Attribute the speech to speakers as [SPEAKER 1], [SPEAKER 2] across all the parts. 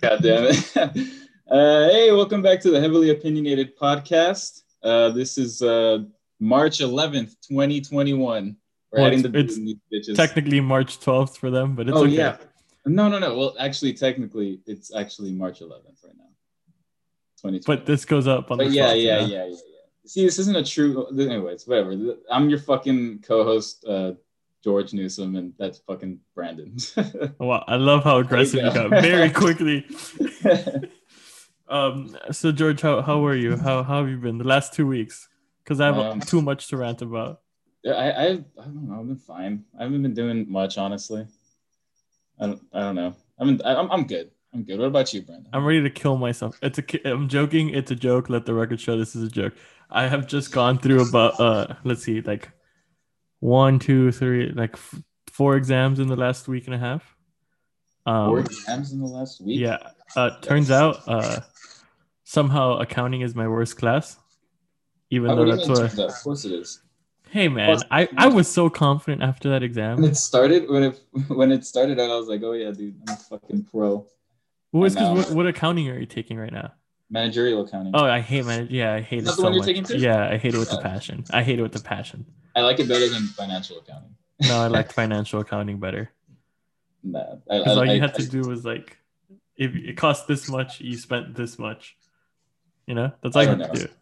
[SPEAKER 1] God damn it. uh, hey, welcome back to the Heavily Opinionated Podcast. Uh, this is uh, March 11th, 2021. We're
[SPEAKER 2] Well,
[SPEAKER 1] adding
[SPEAKER 2] it's-
[SPEAKER 1] the
[SPEAKER 2] it's
[SPEAKER 1] these bitches.
[SPEAKER 2] Technically March 12th for them, but it's
[SPEAKER 1] oh,
[SPEAKER 2] okay.
[SPEAKER 1] yeah. No, no, no. Well, actually, technically, it's actually March 11th right now. 2020.
[SPEAKER 2] But this goes up on
[SPEAKER 1] But
[SPEAKER 2] the
[SPEAKER 1] Oh, yeah,
[SPEAKER 2] 12th,
[SPEAKER 1] yeah, yeah, yeah, yeah. See, this isn't a true. Anyways, whatever. I'm your fucking co-host, uh, George Newsom, and that's fucking Brandon.
[SPEAKER 2] Oh, Wow, I love how aggressive you
[SPEAKER 1] go.
[SPEAKER 2] got very quickly. Um, so George, how, how were you? How how have you been the last two weeks? Because I have
[SPEAKER 1] Um,
[SPEAKER 2] too much to rant about.
[SPEAKER 1] Yeah, I, I, I don't know. I've been fine. I haven't been doing much, honestly. I don't, I don't know. I mean, I, I'm, I'm good. I'm good. What about you, Brandon?
[SPEAKER 2] I'm ready to kill myself. It's a. ki- I'm joking. It's a joke. Let the record show this is a joke. I have just gone through about uh. Let's see, like one, two, three, like f- four exams in the last week and a half. Um,
[SPEAKER 1] Four exams in the last week.
[SPEAKER 2] Yeah. Uh, turns out, uh, somehow accounting is my worst class, even
[SPEAKER 1] How, what
[SPEAKER 2] though
[SPEAKER 1] do you
[SPEAKER 2] that's
[SPEAKER 1] mean
[SPEAKER 2] what.
[SPEAKER 1] turns out? Of course it is.
[SPEAKER 2] Hey man, I I was so confident after that
[SPEAKER 1] When
[SPEAKER 2] exam.
[SPEAKER 1] it started, when it when it started out, I was like, oh yeah, dude, I'm a fucking pro.
[SPEAKER 2] Well, it's
[SPEAKER 1] I know.
[SPEAKER 2] 'cause what, what accounting are you taking right now?
[SPEAKER 1] Managerial accounting.
[SPEAKER 2] Oh, I hate man. Yeah, I hate
[SPEAKER 1] Is that
[SPEAKER 2] it
[SPEAKER 1] the
[SPEAKER 2] so
[SPEAKER 1] one you're
[SPEAKER 2] much.
[SPEAKER 1] taking too? Oh.
[SPEAKER 2] Yeah, I hate it with a
[SPEAKER 1] Yeah.
[SPEAKER 2] passion. I hate it with a passion.
[SPEAKER 1] I like it better than financial accounting.
[SPEAKER 2] No, I liked financial accounting better
[SPEAKER 1] Nah, I, I,
[SPEAKER 2] because all
[SPEAKER 1] I,
[SPEAKER 2] you had to do was like, if it cost this much, you spent this much. You know, that's all
[SPEAKER 1] I
[SPEAKER 2] you had
[SPEAKER 1] don't
[SPEAKER 2] to
[SPEAKER 1] know.
[SPEAKER 2] do.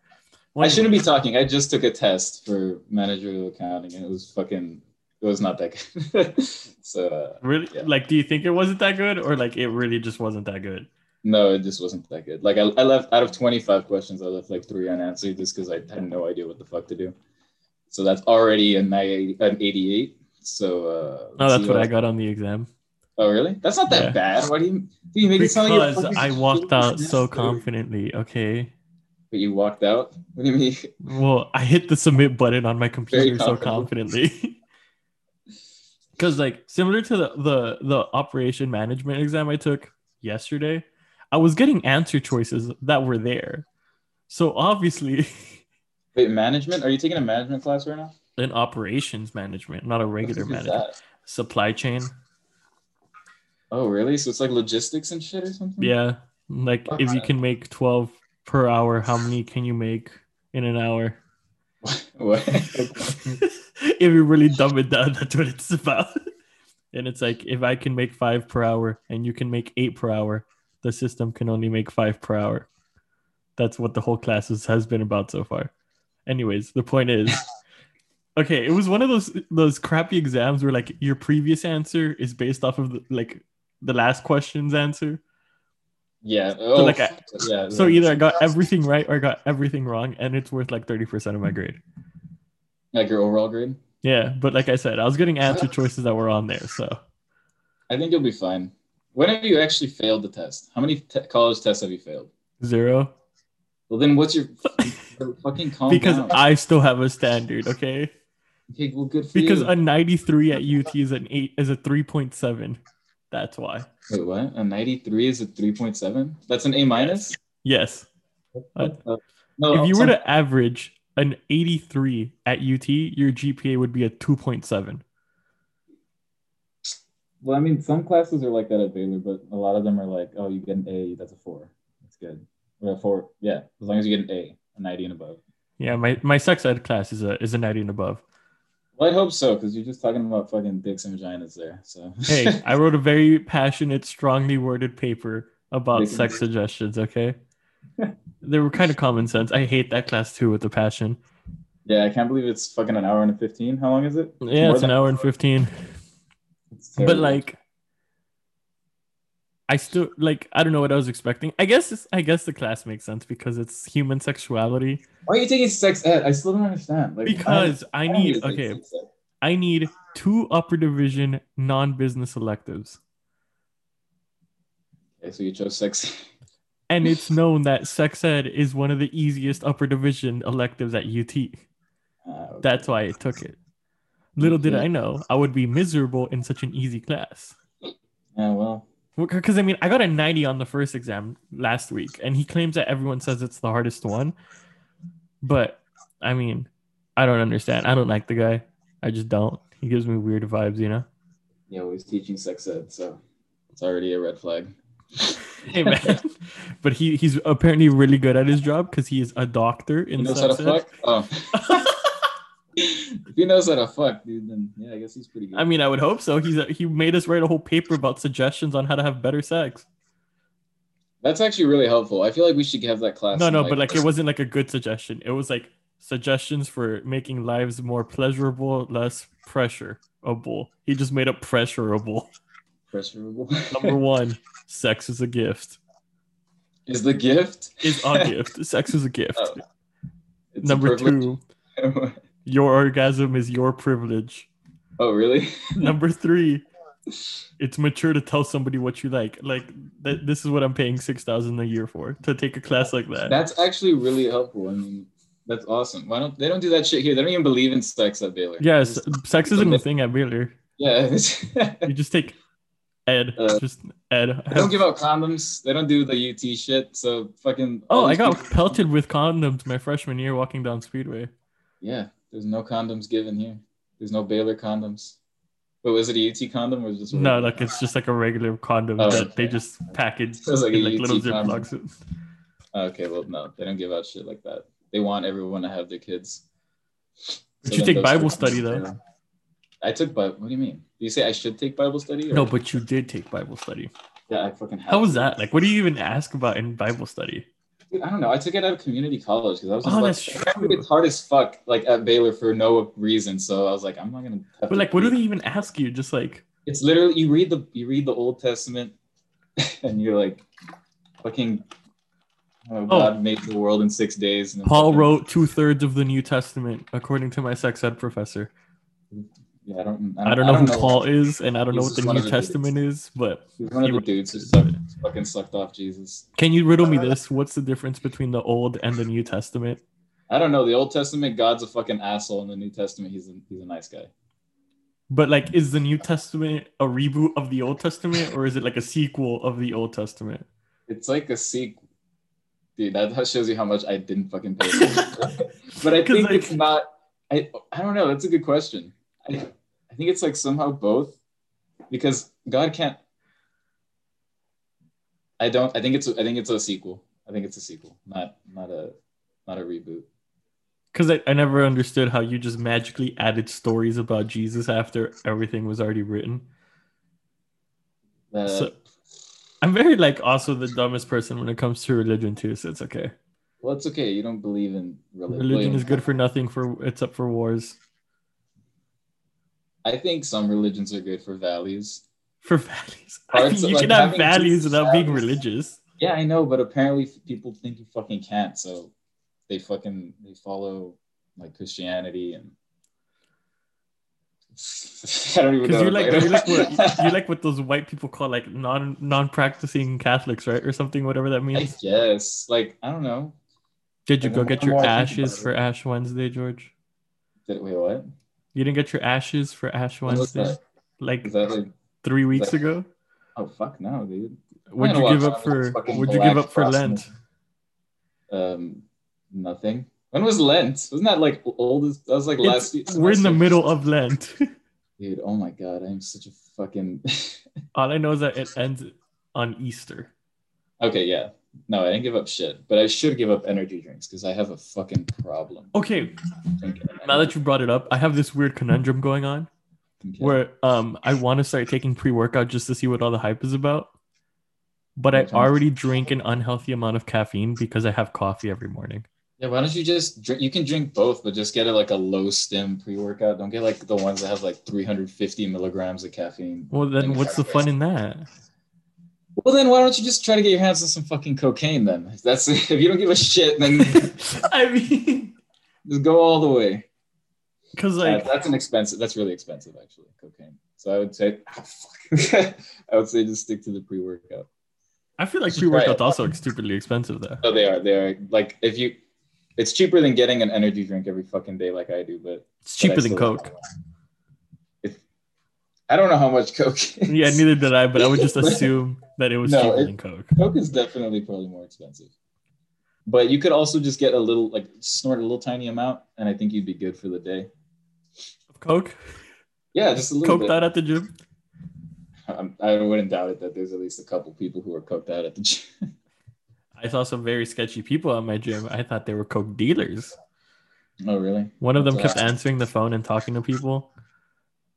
[SPEAKER 1] I shouldn't be talking. I just took a test for managerial accounting, and it was fucking. It was not that good. so uh,
[SPEAKER 2] really
[SPEAKER 1] yeah.
[SPEAKER 2] like. Do you think it wasn't that good, or like it really just wasn't that good?
[SPEAKER 1] no, it just wasn't that good. Like I, I left out of twenty five questions, I left like three unanswered just because I had no idea what the fuck to do. So that's already a ni- an eighty eight. So uh,
[SPEAKER 2] No, that's what I
[SPEAKER 1] got.
[SPEAKER 2] got on the exam
[SPEAKER 1] Oh really? That's not that
[SPEAKER 2] Yeah.
[SPEAKER 1] bad. Why do you? Do you make it sound like you're
[SPEAKER 2] because
[SPEAKER 1] fucking-
[SPEAKER 2] I walked out so confidently. Okay.
[SPEAKER 1] But you walked out. What do you mean?
[SPEAKER 2] Well, I hit the submit button on my computer
[SPEAKER 1] Very
[SPEAKER 2] so
[SPEAKER 1] confident.
[SPEAKER 2] confidently. Cause like similar to the, the the operation management exam I took yesterday, I was getting answer choices that were there. So obviously
[SPEAKER 1] Wait, management? Are you taking a management class right now?
[SPEAKER 2] in operations management, not a regular
[SPEAKER 1] What the fuck is
[SPEAKER 2] management.
[SPEAKER 1] that? Hmm.
[SPEAKER 2] Supply chain.
[SPEAKER 1] Oh really? So it's like logistics and shit or something?
[SPEAKER 2] Yeah. Like if
[SPEAKER 1] Uh,
[SPEAKER 2] you can make 12 per hour, how many can you make in an hour?
[SPEAKER 1] What?
[SPEAKER 2] if you really dumb it down, that's what it's about. And it's like if I can make five per hour and you can make eight per hour, the system can only make five per hour. That's what the whole class is, has been about so far. Anyways, the point is, okay, it was one of those those crappy exams where like your previous answer is based off of the, like the last question's answer.
[SPEAKER 1] yeah. Oh,
[SPEAKER 2] like, I-
[SPEAKER 1] fuck. yeah.
[SPEAKER 2] So
[SPEAKER 1] yeah.
[SPEAKER 2] either I got everything right or I got everything wrong, and it's worth like thirty percent of my grade.
[SPEAKER 1] like your overall grade.
[SPEAKER 2] Yeah, but like I said, I was getting answer choices that were on there. So
[SPEAKER 1] I think you'll be fine. When have you actually failed the test? How many te- college tests have you failed?
[SPEAKER 2] zero
[SPEAKER 1] Well, then what's your fucking calm
[SPEAKER 2] because
[SPEAKER 1] down?
[SPEAKER 2] I still have a standard. Okay,
[SPEAKER 1] okay, well, good for
[SPEAKER 2] because
[SPEAKER 1] you.
[SPEAKER 2] a ninety-three at UT is an eight is a three point seven. That's why.
[SPEAKER 1] Wait, what? A ninety-three is a three point seven. That's an A minus.
[SPEAKER 2] Yes, Uh,
[SPEAKER 1] no,
[SPEAKER 2] if you were
[SPEAKER 1] some-
[SPEAKER 2] to average an eighty-three at UT, your GPA would be a two point seven.
[SPEAKER 1] well, I mean, some classes are like that at Baylor, but a lot of them are like, oh, you get an A, that's a four. That's good. Or a four, yeah, as long as you get an A, a ninety and above.
[SPEAKER 2] Yeah, my my sex ed class is a is a ninety and above.
[SPEAKER 1] Well, I hope so, because you're just talking about fucking dicks and vaginas there. So
[SPEAKER 2] Hey, I wrote a very passionate, strongly worded paper about
[SPEAKER 1] Big and
[SPEAKER 2] sex suggestions. Okay, they were kind of common sense. I hate that class too with a passion.
[SPEAKER 1] yeah, I can't believe it's fucking an hour and fifteen. How long is it?
[SPEAKER 2] Yeah,
[SPEAKER 1] More
[SPEAKER 2] it's an
[SPEAKER 1] than-
[SPEAKER 2] hour and fifteen.
[SPEAKER 1] It's
[SPEAKER 2] but
[SPEAKER 1] terrible.
[SPEAKER 2] like i still like i don't know what i was expecting i guess it's, i guess the class makes sense because it's human sexuality
[SPEAKER 1] why are you taking sex ed? I still don't understand. Like,
[SPEAKER 2] because i
[SPEAKER 1] why- why
[SPEAKER 2] need
[SPEAKER 1] is it
[SPEAKER 2] okay
[SPEAKER 1] sex ed?
[SPEAKER 2] i need two upper division non-business electives
[SPEAKER 1] Okay, so you chose sex.
[SPEAKER 2] and it's known that sex ed is one of the easiest upper division electives at ut
[SPEAKER 1] Uh, okay.
[SPEAKER 2] that's why i took it little did
[SPEAKER 1] Okay.
[SPEAKER 2] i know i would be miserable in such an easy class
[SPEAKER 1] Yeah, well,
[SPEAKER 2] Because I mean, I got a 90 on the first exam last week, and he claims that everyone says it's the hardest one. But I mean, I don't understand. I don't like the guy. I just don't. He gives me weird vibes, you know?
[SPEAKER 1] you know, he's teaching sex ed, so it's already a red flag.
[SPEAKER 2] hey man. But he he's apparently really good at his job because he is a doctor
[SPEAKER 1] He
[SPEAKER 2] in
[SPEAKER 1] knows how to
[SPEAKER 2] Sunset.
[SPEAKER 1] fuck. Oh. if he knows how to fuck, dude, then yeah, I guess he's pretty good.
[SPEAKER 2] I mean, I would hope so. He's a, he made us write a whole paper about suggestions on how to have better sex.
[SPEAKER 1] That's actually really helpful. I feel like we should have that class.
[SPEAKER 2] No,
[SPEAKER 1] in,
[SPEAKER 2] no, but like it wasn't like a good suggestion. It was like suggestions for making lives more pleasurable, less pressurable. He just made up pressurable.
[SPEAKER 1] pressurable.
[SPEAKER 2] Number one, sex is a gift.
[SPEAKER 1] is the gift?
[SPEAKER 2] Is a gift. Sex is a gift.
[SPEAKER 1] Oh, It's a
[SPEAKER 2] Number
[SPEAKER 1] privilege.
[SPEAKER 2] two, your orgasm is your privilege.
[SPEAKER 1] oh, really?
[SPEAKER 2] Number three, it's mature to tell somebody what you like. Like th- this is what I'm paying six thousand a year for to take a class like that.
[SPEAKER 1] That's actually really helpful. I mean, that's awesome. Why don't they don't do that shit here? They don't even believe in sex at Baylor.
[SPEAKER 2] Yes,
[SPEAKER 1] Just-
[SPEAKER 2] sex isn't a thing at Baylor.
[SPEAKER 1] Yeah. it's-
[SPEAKER 2] You just take Ed,
[SPEAKER 1] Uh,
[SPEAKER 2] just Ed.
[SPEAKER 1] They don't give out condoms. They don't do the UT shit. So fucking.
[SPEAKER 2] Oh,
[SPEAKER 1] all
[SPEAKER 2] I
[SPEAKER 1] these
[SPEAKER 2] got
[SPEAKER 1] people-
[SPEAKER 2] pelted with condoms my freshman year walking down Speedway.
[SPEAKER 1] Yeah, there's no condoms given here. There's no Baylor condoms. But was it a UT condom or was it just a
[SPEAKER 2] No,
[SPEAKER 1] regular-
[SPEAKER 2] like it's just like a regular condom
[SPEAKER 1] Oh,
[SPEAKER 2] that they
[SPEAKER 1] okay.
[SPEAKER 2] just package
[SPEAKER 1] Sounds like a
[SPEAKER 2] in like
[SPEAKER 1] UT
[SPEAKER 2] little
[SPEAKER 1] condom.
[SPEAKER 2] ziplocs.
[SPEAKER 1] Oh, Okay, well, no, they don't give out shit like that. They want everyone to have their kids. So
[SPEAKER 2] But you
[SPEAKER 1] then
[SPEAKER 2] take
[SPEAKER 1] those
[SPEAKER 2] Bible
[SPEAKER 1] kids-
[SPEAKER 2] study, though.
[SPEAKER 1] I took Bible. What do you mean? Do you say I should take Bible study? or-
[SPEAKER 2] No, but you did take Bible study.
[SPEAKER 1] yeah, I fucking. Have
[SPEAKER 2] How was
[SPEAKER 1] to.
[SPEAKER 2] that? Like, what do you even ask about in Bible study?
[SPEAKER 1] Dude, I don't know. I took it out of community college because I was.
[SPEAKER 2] Oh,
[SPEAKER 1] just like,
[SPEAKER 2] that's
[SPEAKER 1] I think
[SPEAKER 2] true.
[SPEAKER 1] It's hard as fuck, like at Baylor for no reason. So I was like, I'm not gonna. have
[SPEAKER 2] But
[SPEAKER 1] to
[SPEAKER 2] like, what do
[SPEAKER 1] read.
[SPEAKER 2] they even ask you? Just like,
[SPEAKER 1] It's literally you read the you read the Old Testament, and you're like, fucking. Oh, God made the world in six days. And
[SPEAKER 2] Paul
[SPEAKER 1] fucking-
[SPEAKER 2] wrote two thirds of the New Testament, according to my sex ed professor.
[SPEAKER 1] Yeah, I don't.
[SPEAKER 2] I don't know who Paul is, and I don't know
[SPEAKER 1] He's
[SPEAKER 2] what the
[SPEAKER 1] just one
[SPEAKER 2] New
[SPEAKER 1] of the dudes.
[SPEAKER 2] Testament is, but
[SPEAKER 1] He's one of
[SPEAKER 2] He
[SPEAKER 1] the
[SPEAKER 2] wrote-
[SPEAKER 1] dudes who sucked, fucking sucked off Jesus.
[SPEAKER 2] can you riddle
[SPEAKER 1] Uh,
[SPEAKER 2] me this? What's the difference between the Old and the New Testament?
[SPEAKER 1] I don't know. The Old Testament, God's a fucking asshole. In the New Testament, he's a, he's a nice guy.
[SPEAKER 2] But like, is the New Testament a reboot of the Old Testament, or is it like a sequel of the Old Testament?
[SPEAKER 1] It's like a sequel. Dude, that that shows you how much I didn't fucking pay. attention. but I
[SPEAKER 2] 'Cause,
[SPEAKER 1] think
[SPEAKER 2] like-
[SPEAKER 1] it's not. I I don't know. That's a good question. I, I think it's like somehow both, because God can't. I don't. I think it's. I think it's a sequel. I think it's a sequel, not not a not a reboot.
[SPEAKER 2] Because I, I never understood how you just magically added stories about Jesus after everything was already written.
[SPEAKER 1] Uh,
[SPEAKER 2] So- I'm very like also the dumbest person when it comes to religion too, so it's okay.
[SPEAKER 1] well, it's okay. You don't believe in relig-
[SPEAKER 2] Religion is good for nothing for except for wars.
[SPEAKER 1] I think some religions are good for values.
[SPEAKER 2] For values. I
[SPEAKER 1] Parts
[SPEAKER 2] mean,
[SPEAKER 1] of,
[SPEAKER 2] you
[SPEAKER 1] like,
[SPEAKER 2] can have
[SPEAKER 1] having
[SPEAKER 2] values
[SPEAKER 1] Jesus
[SPEAKER 2] without being
[SPEAKER 1] values.
[SPEAKER 2] religious.
[SPEAKER 1] Yeah, I know, but apparently f- people think you fucking can't, so they fucking they follow like Christianity and I don't even know.
[SPEAKER 2] Because you're like
[SPEAKER 1] what
[SPEAKER 2] you're like
[SPEAKER 1] I'm talking
[SPEAKER 2] what
[SPEAKER 1] about.
[SPEAKER 2] you're like what those white people call like non non practicing Catholics, right? Or something, whatever that
[SPEAKER 1] I
[SPEAKER 2] means.
[SPEAKER 1] guess, like I don't know.
[SPEAKER 2] Did you
[SPEAKER 1] Like,
[SPEAKER 2] go
[SPEAKER 1] the
[SPEAKER 2] get
[SPEAKER 1] more
[SPEAKER 2] your
[SPEAKER 1] I think
[SPEAKER 2] ashes
[SPEAKER 1] about it-
[SPEAKER 2] for Ash Wednesday, George?
[SPEAKER 1] Did, wait, what?
[SPEAKER 2] You didn't get your ashes for Ash
[SPEAKER 1] When was
[SPEAKER 2] Wednesday?
[SPEAKER 1] that?
[SPEAKER 2] Like
[SPEAKER 1] Is that like
[SPEAKER 2] three weeks
[SPEAKER 1] that-
[SPEAKER 2] ago?
[SPEAKER 1] oh fuck no, dude?
[SPEAKER 2] Would
[SPEAKER 1] gonna
[SPEAKER 2] you
[SPEAKER 1] watch
[SPEAKER 2] give
[SPEAKER 1] that
[SPEAKER 2] up
[SPEAKER 1] with
[SPEAKER 2] for
[SPEAKER 1] fucking
[SPEAKER 2] would you
[SPEAKER 1] black
[SPEAKER 2] give up for Lent?
[SPEAKER 1] Protestant. Um, nothing. When was Lent? Wasn't that like old? as- That was like
[SPEAKER 2] It's-
[SPEAKER 1] last.
[SPEAKER 2] We're in the
[SPEAKER 1] semester.
[SPEAKER 2] middle of Lent.
[SPEAKER 1] Dude, oh my god, I'm such a fucking.
[SPEAKER 2] All I know is that it ends on Easter.
[SPEAKER 1] Okay, yeah. No, I didn't give up shit, but I should give up energy drinks because I have a fucking problem.
[SPEAKER 2] Okay,
[SPEAKER 1] drinking
[SPEAKER 2] now that you brought it up, I have this weird conundrum going on
[SPEAKER 1] energy. Okay.
[SPEAKER 2] where um I want to start taking pre-workout just to see what all the hype is about. But I
[SPEAKER 1] Okay.
[SPEAKER 2] already drink an unhealthy amount of caffeine because I have coffee every morning.
[SPEAKER 1] Yeah, why don't you just drink? You can drink both, but just get a, like a low stem pre workout. Don't get like the ones that have like 350 milligrams of caffeine.
[SPEAKER 2] Well, then
[SPEAKER 1] And
[SPEAKER 2] what's the fun in that?
[SPEAKER 1] Well, then why don't you just try to get your hands on some fucking cocaine then? If that's if you don't give a shit, then just
[SPEAKER 2] I mean,
[SPEAKER 1] go all the way.
[SPEAKER 2] because
[SPEAKER 1] Uh,
[SPEAKER 2] like
[SPEAKER 1] that's an expensive. That's really expensive, actually, cocaine. So I would say, ah, fuck. I would say just stick to the pre workout.
[SPEAKER 2] I feel like
[SPEAKER 1] Just try
[SPEAKER 2] pre-workout's
[SPEAKER 1] it.
[SPEAKER 2] also stupidly expensive though.
[SPEAKER 1] Oh, they are. They are like if you, it's cheaper than getting an energy drink every fucking day like I do. But
[SPEAKER 2] It's cheaper
[SPEAKER 1] but I
[SPEAKER 2] than
[SPEAKER 1] still-
[SPEAKER 2] Coke.
[SPEAKER 1] If, I don't know how much Coke. Is.
[SPEAKER 2] Yeah, neither did I, but I would just assume that it was
[SPEAKER 1] No,
[SPEAKER 2] cheaper
[SPEAKER 1] it-
[SPEAKER 2] than Coke.
[SPEAKER 1] Coke is definitely probably more expensive. But you could also just get a little, like snort a little tiny amount, and I think you'd be good for the day.
[SPEAKER 2] Coke?
[SPEAKER 1] Yeah, just a little
[SPEAKER 2] Coked
[SPEAKER 1] bit.
[SPEAKER 2] out at the gym?
[SPEAKER 1] I'm, I wouldn't doubt it that there's at least a couple people who are coked out at the gym.
[SPEAKER 2] I saw some very sketchy people at my gym. I thought they were coke dealers.
[SPEAKER 1] oh, really?
[SPEAKER 2] One of them
[SPEAKER 1] That's
[SPEAKER 2] kept answering the phone and talking to people,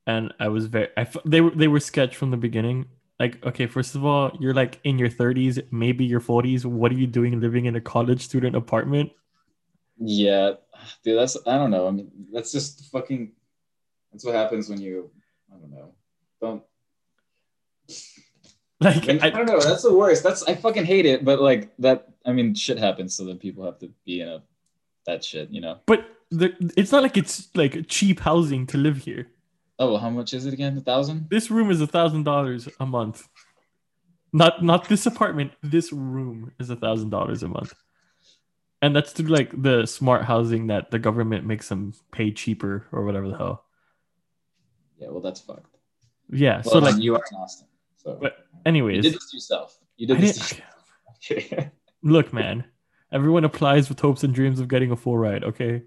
[SPEAKER 2] and I was very. I f- they were they were sketch from the beginning. Like, okay, first of all, you're like in your 30s, maybe your 40s. What are you doing living in a college student apartment?
[SPEAKER 1] Yeah, dude, that's I don't know. I mean, that's just fucking. That's what happens when you, I don't know, don't.
[SPEAKER 2] Like,
[SPEAKER 1] I,
[SPEAKER 2] I,
[SPEAKER 1] don't know. That's the worst. That's I fucking hate it. But like that, I mean, shit happens. So then people have to be in a that shit, you know.
[SPEAKER 2] but the, it's not like it's like cheap housing to live here.
[SPEAKER 1] Oh, well, how much is it again? A thousand?
[SPEAKER 2] This room is a thousand dollars a month. Not not this apartment. This room is a thousand dollars a month, and that's through like the smart housing that the government makes them pay cheaper or whatever the hell.
[SPEAKER 1] Yeah. Well, that's fucked.
[SPEAKER 2] Yeah.
[SPEAKER 1] Well,
[SPEAKER 2] so like,
[SPEAKER 1] you are in Austin, so
[SPEAKER 2] But
[SPEAKER 1] you
[SPEAKER 2] anyways,
[SPEAKER 1] did this to yourself. You
[SPEAKER 2] I
[SPEAKER 1] did this.
[SPEAKER 2] didn't-
[SPEAKER 1] To yourself.
[SPEAKER 2] look, man. Everyone applies with hopes and dreams of getting a full ride. Okay,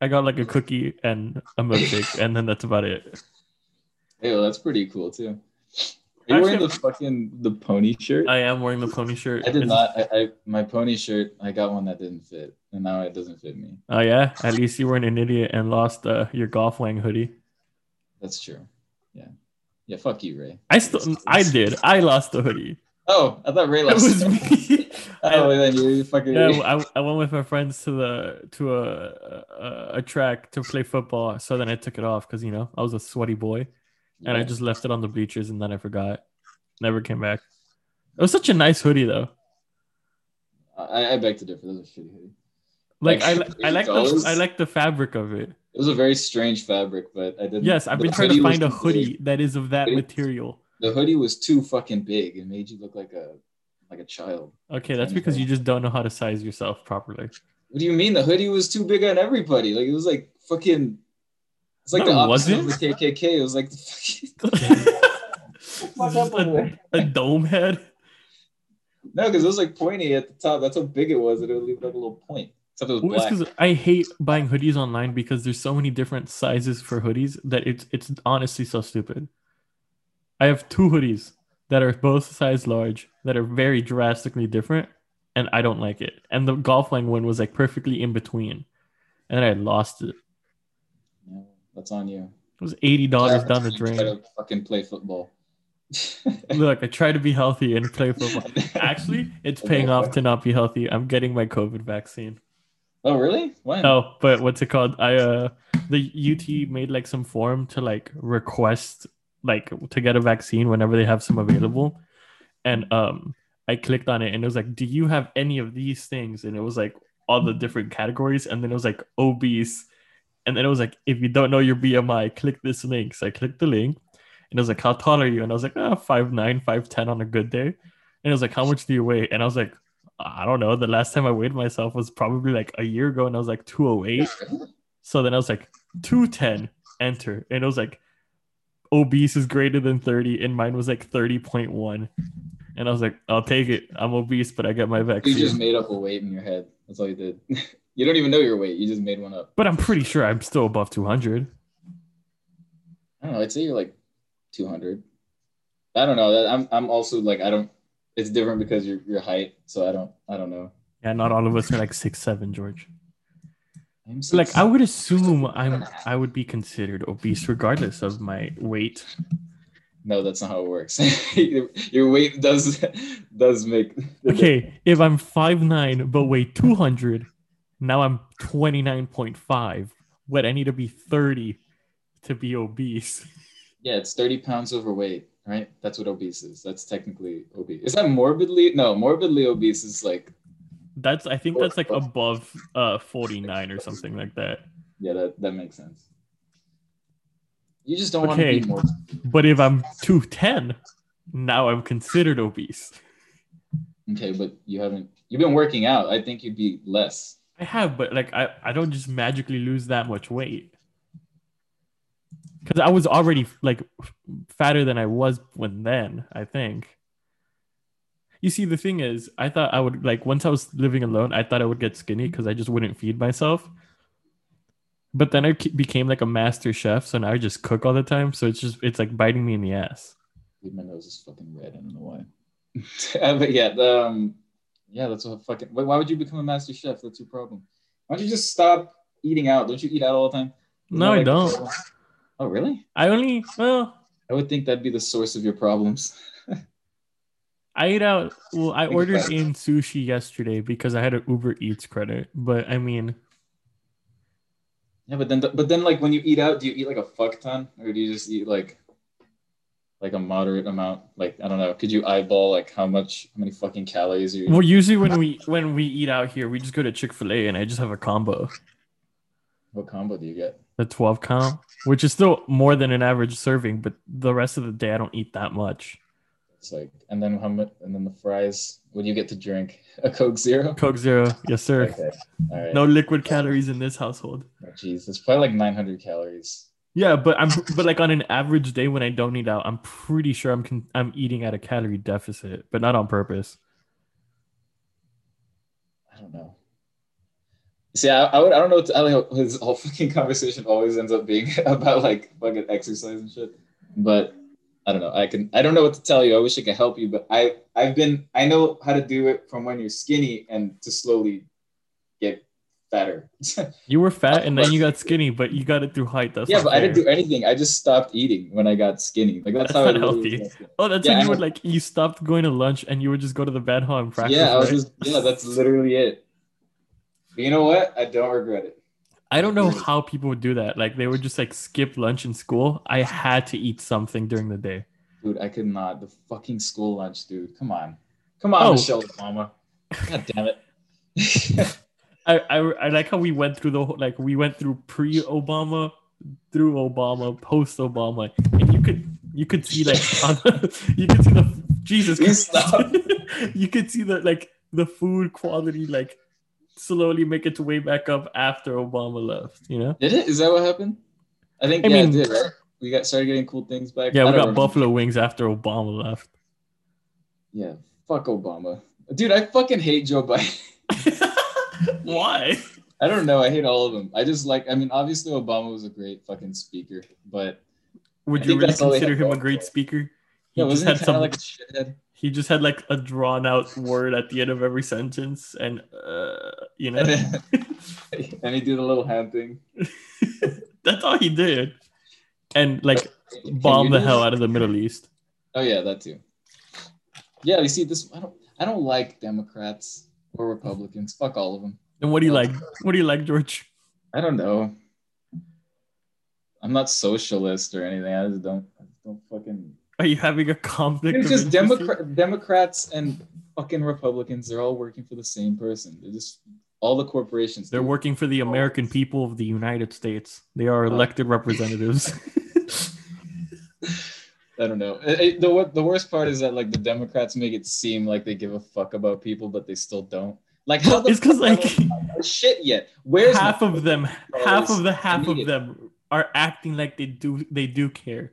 [SPEAKER 2] I got like a cookie and a milkshake, and then that's about it.
[SPEAKER 1] hey, well, that's pretty cool too. Are you wearing
[SPEAKER 2] Actually-
[SPEAKER 1] the fucking the pony shirt?
[SPEAKER 2] I am wearing the pony shirt.
[SPEAKER 1] I did
[SPEAKER 2] It's-
[SPEAKER 1] not. I, I my pony shirt. I got one that didn't fit, and now it doesn't fit me.
[SPEAKER 2] Oh yeah. At least you weren't an idiot and lost uh, your golf wang hoodie.
[SPEAKER 1] That's true. Yeah. Yeah. Fuck you, Ray.
[SPEAKER 2] I still, I did. I lost the hoodie.
[SPEAKER 1] Oh, I thought Ray
[SPEAKER 2] That
[SPEAKER 1] lost.
[SPEAKER 2] was
[SPEAKER 1] it.
[SPEAKER 2] me.
[SPEAKER 1] Oh,
[SPEAKER 2] I,
[SPEAKER 1] and then you you fucking.
[SPEAKER 2] yeah, I, I went with my friends to the to a a, a track to play football. So then I took it off because you know I was a sweaty boy, and I just left it on the bleachers, and then I forgot. Never came back. It was such a nice hoodie though.
[SPEAKER 1] I, I beg to differ. That was a shitty hoodie.
[SPEAKER 2] Like I
[SPEAKER 1] Like,
[SPEAKER 2] I like the
[SPEAKER 1] $80?
[SPEAKER 2] I like the fabric of it.
[SPEAKER 1] It was a very strange fabric, but I didn't.
[SPEAKER 2] Yes, I've
[SPEAKER 1] the
[SPEAKER 2] been trying
[SPEAKER 1] hoodie
[SPEAKER 2] to
[SPEAKER 1] was
[SPEAKER 2] find a
[SPEAKER 1] too big.
[SPEAKER 2] hoodie that is of that
[SPEAKER 1] Hoodie.
[SPEAKER 2] material.
[SPEAKER 1] The hoodie was too fucking big. It made you look like a like a child.
[SPEAKER 2] Okay, that's because you just don't know how to size yourself properly.
[SPEAKER 1] What do you mean? The hoodie was too big on everybody. Like it was like fucking. It's like
[SPEAKER 2] No,
[SPEAKER 1] the
[SPEAKER 2] it
[SPEAKER 1] opposite of the
[SPEAKER 2] wasn't.
[SPEAKER 1] KKK. It was like the fucking.
[SPEAKER 2] Just a, a dome head.
[SPEAKER 1] No, because it was like pointy at the top. That's how big it was. and It would leave like a little point. Except it was
[SPEAKER 2] Well, it's
[SPEAKER 1] black.
[SPEAKER 2] 'cause I hate buying hoodies online because there's so many different sizes for hoodies that it's it's honestly so stupid. I have two hoodies that are both size large that are very drastically different, and I don't like it. And the golf line one was like perfectly in between, and I lost it. It
[SPEAKER 1] Yeah, that's on you.
[SPEAKER 2] was eighty dollars
[SPEAKER 1] Yeah,
[SPEAKER 2] down the
[SPEAKER 1] you try
[SPEAKER 2] drain.
[SPEAKER 1] to fucking play football.
[SPEAKER 2] Look, I try to be healthy and play football. Actually, it's paying off to not be healthy. I'm getting my COVID vaccine.
[SPEAKER 1] oh really? When?
[SPEAKER 2] Oh, but what's it called? I uh the UT made like some form to like request like to get a vaccine whenever they have some available. And um I clicked on it and it was like, Do you have any of these things? And it was like all the different categories, and then it was like obese. And then it was like, if you don't know your BMI, click this link. So I clicked the link and it was like, How tall are you? And I was like, ah, five nine, five ten on a good day. And it was like, How much do you weigh? And I was like, I don't know. The last time I weighed myself was probably like a year ago, and I was like 208. So then I was like 210, enter. And it was like obese is greater than 30, and mine was like 30.1. And I was like, I'll take it. I'm obese, but I got my
[SPEAKER 1] You
[SPEAKER 2] vaccine.
[SPEAKER 1] just made up a weight in your head. That's all you did. you don't even know your weight. You just made one up.
[SPEAKER 2] But I'm pretty sure I'm still above 200.
[SPEAKER 1] I don't know. I'd say you're like 200. I don't know. That I'm. I'm also like I don't. It's different because your your height. So I don't. I don't know.
[SPEAKER 2] Yeah, not all of us are like six seven, George.
[SPEAKER 1] I'm
[SPEAKER 2] So like I would assume I'm I would be considered obese regardless of my weight.
[SPEAKER 1] No, that's not how it works. your, your weight does does make.
[SPEAKER 2] Okay, if I'm five nine but weigh 200, now I'm 29.5. What I need to be 30 to be obese.
[SPEAKER 1] Yeah, it's 30 pounds overweight, right? That's what obese is. That's technically obese. Is that morbidly? No, morbidly obese is like,
[SPEAKER 2] That's I think that's like above uh 49 or something like that.
[SPEAKER 1] yeah, that, that makes sense. You just don't
[SPEAKER 2] Okay.
[SPEAKER 1] want to be more.
[SPEAKER 2] But if I'm 210, now I'm considered obese.
[SPEAKER 1] Okay, but you haven't, you've been working out. I think you'd be less.
[SPEAKER 2] I have, but like I, I don't just magically lose that much weight. Cause I was already like f- fatter than I was when then, I think. You see, the thing is, I thought I would like once I was living alone, I thought I would get skinny because I just wouldn't feed myself. But then I ke- became like a master chef, so now I just cook all the time. So it's just it's like biting me in the ass.
[SPEAKER 1] Dude, my nose is fucking red. I don't know why. Uh, but yeah, um, yeah, that's what fucking. Why why would you become a master chef? That's your problem. Why don't you just stop eating out? Don't you eat out all the time? Isn't
[SPEAKER 2] No,
[SPEAKER 1] that,
[SPEAKER 2] I
[SPEAKER 1] like, the
[SPEAKER 2] don't.
[SPEAKER 1] problem? Oh, really?
[SPEAKER 2] I only well,
[SPEAKER 1] I would think that'd be the source of your problems.
[SPEAKER 2] I ate out. Well, I
[SPEAKER 1] Think
[SPEAKER 2] ordered
[SPEAKER 1] about
[SPEAKER 2] in sushi yesterday because I had an Uber Eats credit. But I mean,
[SPEAKER 1] Yeah, but then, but then, like when you eat out, do you eat like a fuck ton, or do you just eat like, like a moderate amount? Like I don't know. Could you eyeball like how much, how many fucking calories are you?
[SPEAKER 2] well, usually when we when we eat out here, we just go to Chick Fil A and I just have a combo,
[SPEAKER 1] What combo do you get?
[SPEAKER 2] the twelve count, which is still more than an average serving. But the rest of the day, I don't eat that much.
[SPEAKER 1] It's like, and then how much? And then the fries. What do you get to drink? A Coke Zero.
[SPEAKER 2] Coke Zero, yes sir.
[SPEAKER 1] Okay. All right.
[SPEAKER 2] No liquid calories in this household.
[SPEAKER 1] Oh, Jeez, it's probably like 900 calories.
[SPEAKER 2] Yeah, but I'm but like on an average day when I don't eat out, I'm pretty sure I'm con- I'm eating at a calorie deficit, but not on purpose.
[SPEAKER 1] I don't know. See, I, I would. I don't know. What to, I don't know. His whole fucking conversation always ends up being about like fucking exercise and shit. But I don't know. I can. I don't know what to tell you. I wish I could help you, but I. I've been. I know how to do it from when you're skinny and to slowly get fatter.
[SPEAKER 2] You were fat and then you got skinny, but you got it through height. That's
[SPEAKER 1] yeah,
[SPEAKER 2] not
[SPEAKER 1] but I didn't
[SPEAKER 2] fair.
[SPEAKER 1] do anything. I just stopped eating when I got skinny. Like that's,
[SPEAKER 2] That's
[SPEAKER 1] how
[SPEAKER 2] not
[SPEAKER 1] I literally
[SPEAKER 2] healthy.
[SPEAKER 1] got skinny.
[SPEAKER 2] Oh, that's
[SPEAKER 1] Yeah,
[SPEAKER 2] when
[SPEAKER 1] I
[SPEAKER 2] you would
[SPEAKER 1] know.
[SPEAKER 2] like you stopped going to lunch and you would just go to the bed hall and practice.
[SPEAKER 1] Yeah, I was
[SPEAKER 2] right?
[SPEAKER 1] just. Yeah, that's literally it. But you know what? I don't regret it.
[SPEAKER 2] I don't know how people would do that. Like they would just like skip lunch in school. I had to eat something during the day.
[SPEAKER 1] Dude, I could not. The fucking school lunch, dude. Come on. Come on,
[SPEAKER 2] Oh.
[SPEAKER 1] Michelle Obama. God damn it.
[SPEAKER 2] I, I I like how we went through the whole, like we went through pre-Obama, through Obama, post-Obama, and you could you could see like on, you could see the Jesus
[SPEAKER 1] Please stop.
[SPEAKER 2] you could see the like the food quality like slowly make its way back up after Obama left. You know?
[SPEAKER 1] did it? Is that what happened? I think
[SPEAKER 2] I
[SPEAKER 1] yeah,
[SPEAKER 2] mean-
[SPEAKER 1] it did, right? We got started getting cool things back.
[SPEAKER 2] Yeah,
[SPEAKER 1] I
[SPEAKER 2] we
[SPEAKER 1] don't
[SPEAKER 2] got
[SPEAKER 1] remember.
[SPEAKER 2] buffalo wings after Obama left.
[SPEAKER 1] Yeah. Fuck Obama. Dude, I fucking hate Joe Biden.
[SPEAKER 2] Why?
[SPEAKER 1] I don't know. I hate all of them. I just like, I mean, obviously Obama was a great fucking speaker, but I
[SPEAKER 2] Would you
[SPEAKER 1] think
[SPEAKER 2] really
[SPEAKER 1] that's all they
[SPEAKER 2] consider
[SPEAKER 1] have
[SPEAKER 2] him a
[SPEAKER 1] going
[SPEAKER 2] great
[SPEAKER 1] for it.
[SPEAKER 2] speaker? He
[SPEAKER 1] yeah,
[SPEAKER 2] just
[SPEAKER 1] wasn't
[SPEAKER 2] had
[SPEAKER 1] he kind
[SPEAKER 2] some
[SPEAKER 1] of like a shithead?
[SPEAKER 2] he just had like a drawn out word at the end of every sentence and uh you know
[SPEAKER 1] and he did a little hand thing.
[SPEAKER 2] that's all he did and like
[SPEAKER 1] Can
[SPEAKER 2] bomb
[SPEAKER 1] you
[SPEAKER 2] the
[SPEAKER 1] do
[SPEAKER 2] hell
[SPEAKER 1] that?
[SPEAKER 2] out of the middle east
[SPEAKER 1] Oh yeah, that too. Yeah, you see this. I don't. I don't like Democrats or Republicans. Fuck all of them.
[SPEAKER 2] and what do you
[SPEAKER 1] Yeah.
[SPEAKER 2] like what do you like george
[SPEAKER 1] I don't know. I'm not socialist or anything. I just don't. I just don't fucking.
[SPEAKER 2] are you having a conflict
[SPEAKER 1] It's
[SPEAKER 2] of
[SPEAKER 1] just
[SPEAKER 2] interest here?
[SPEAKER 1] Democrat, Democrats and fucking Republicans. They're all working for the same person. They're just all the corporations.
[SPEAKER 2] they're
[SPEAKER 1] do.
[SPEAKER 2] working for the american people of the united states they are
[SPEAKER 1] Oh.
[SPEAKER 2] elected representatives
[SPEAKER 1] I don't know. It- it- the wor- the worst part is that like the Democrats make it seem like they give a fuck about people, but they still don't. Like how the
[SPEAKER 2] it's because like
[SPEAKER 1] fuck- shit yet? Where's
[SPEAKER 2] half
[SPEAKER 1] my-
[SPEAKER 2] of them half of the half of
[SPEAKER 1] needed.
[SPEAKER 2] them are acting like they do they do care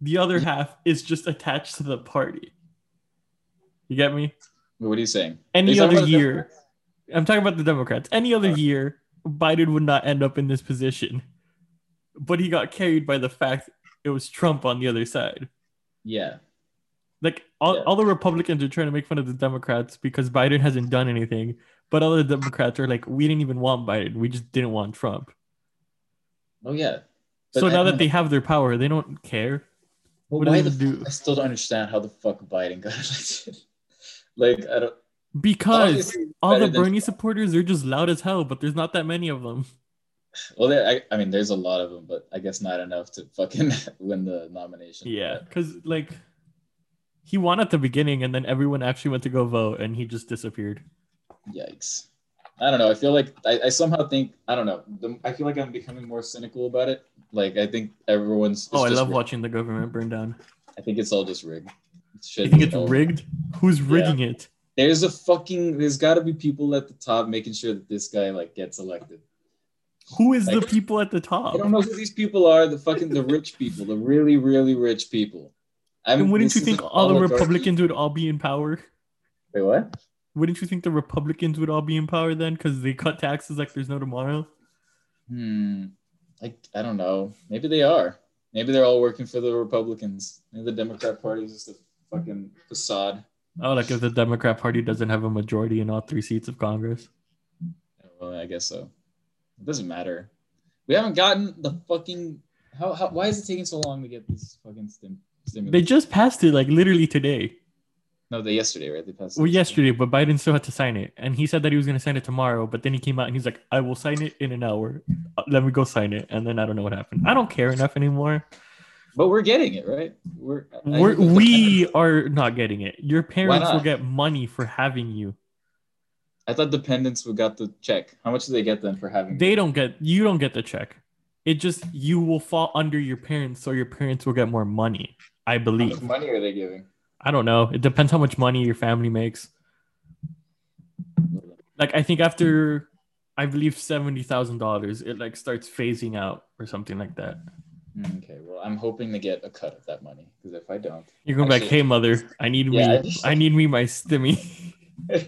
[SPEAKER 2] the other half is just attached to the party you get me
[SPEAKER 1] What are you saying? Are
[SPEAKER 2] any
[SPEAKER 1] you talking
[SPEAKER 2] other
[SPEAKER 1] about the
[SPEAKER 2] year i'm talking about the democrats any other year biden would not end up in this position but he got carried by the fact it was trump on the other side
[SPEAKER 1] Yeah.
[SPEAKER 2] like all,
[SPEAKER 1] Yeah.
[SPEAKER 2] all the republicans are trying to make fun of the democrats because biden hasn't done anything but all the democrats are like we didn't even want biden we just didn't want trump
[SPEAKER 1] Oh yeah.
[SPEAKER 2] so now that
[SPEAKER 1] don't
[SPEAKER 2] they have their power, they don't care.
[SPEAKER 1] know.
[SPEAKER 2] what do
[SPEAKER 1] why
[SPEAKER 2] they
[SPEAKER 1] the
[SPEAKER 2] do?
[SPEAKER 1] fuck- I still don't understand how the fuck Biden got elected. like I don't.
[SPEAKER 2] Because
[SPEAKER 1] obviously,
[SPEAKER 2] all the
[SPEAKER 1] better than-
[SPEAKER 2] Bernie supporters are just loud as hell, but there's not that many of them.
[SPEAKER 1] Well, there- I, I mean, there's a lot of them, but I guess not enough to fucking win the nomination.
[SPEAKER 2] Yeah, because like he won at the beginning, and then everyone actually went to go vote, and he just disappeared.
[SPEAKER 1] Yikes. I don't know. I feel like I, I somehow think I don't know. The, I feel like I'm becoming more cynical about it. Like I think everyone's. it's
[SPEAKER 2] oh, I
[SPEAKER 1] just
[SPEAKER 2] love
[SPEAKER 1] rigged.
[SPEAKER 2] watching the government burn down.
[SPEAKER 1] I think it's all just rigged. Shit
[SPEAKER 2] You think it's
[SPEAKER 1] is all-
[SPEAKER 2] rigged? Who's rigging it?
[SPEAKER 1] There's a fucking. There's got to be people at the top making sure that this guy like gets elected.
[SPEAKER 2] Who is the
[SPEAKER 1] Like-
[SPEAKER 2] people at the top?
[SPEAKER 1] I don't know who these people are. The fucking the rich people, the really really rich people. I
[SPEAKER 2] And wouldn't
[SPEAKER 1] this
[SPEAKER 2] you
[SPEAKER 1] is
[SPEAKER 2] think
[SPEAKER 1] an
[SPEAKER 2] all the
[SPEAKER 1] oligarchy.
[SPEAKER 2] Republicans would all be in power?
[SPEAKER 1] Wait, what?
[SPEAKER 2] Wouldn't you think the Republicans would all be in power then? Because they cut taxes like there's no tomorrow.
[SPEAKER 1] Hmm. I I don't know. Maybe they are. Maybe they're all working for the Republicans. Maybe the Democrat Party is just a fucking facade.
[SPEAKER 2] Oh, like if the Democrat Party doesn't have a majority in all three seats of Congress.
[SPEAKER 1] Well, I guess so. It doesn't matter. We haven't gotten the fucking. How, how why is it taking so long to get these fucking stim, stimulus?
[SPEAKER 2] They just passed it like literally today.
[SPEAKER 1] no, they yesterday, right? They passed.
[SPEAKER 2] Well, yesterday, but Biden still had to sign it. And he said that he was going to sign it tomorrow, but then he came out and he's like, I will sign it in an hour. Uh, Let me go sign it. And then I don't know what happened. I don't care enough anymore.
[SPEAKER 1] But we're getting it, right? We're, I
[SPEAKER 2] We're,
[SPEAKER 1] think-
[SPEAKER 2] we are not getting it. Your parents will
[SPEAKER 1] not?
[SPEAKER 2] get money for having you.
[SPEAKER 1] I thought dependents would got the check. How much do they get then for having?
[SPEAKER 2] They don't get, you don't get the check. It just, you will fall under your parents, so your parents will get more money, I
[SPEAKER 1] How much
[SPEAKER 2] believe.
[SPEAKER 1] money are they giving?
[SPEAKER 2] I don't know. It depends how much money your family makes. Like I think after I believe seventy thousand dollars, it like starts phasing out or something like that.
[SPEAKER 1] Mm, Okay, well, I'm hoping to get a cut of that money because if I don't,
[SPEAKER 2] You're going back,
[SPEAKER 1] Actually-
[SPEAKER 2] hey mother, I need
[SPEAKER 1] Yeah, I
[SPEAKER 2] me,
[SPEAKER 1] just-
[SPEAKER 2] I need me my stimmy.
[SPEAKER 1] I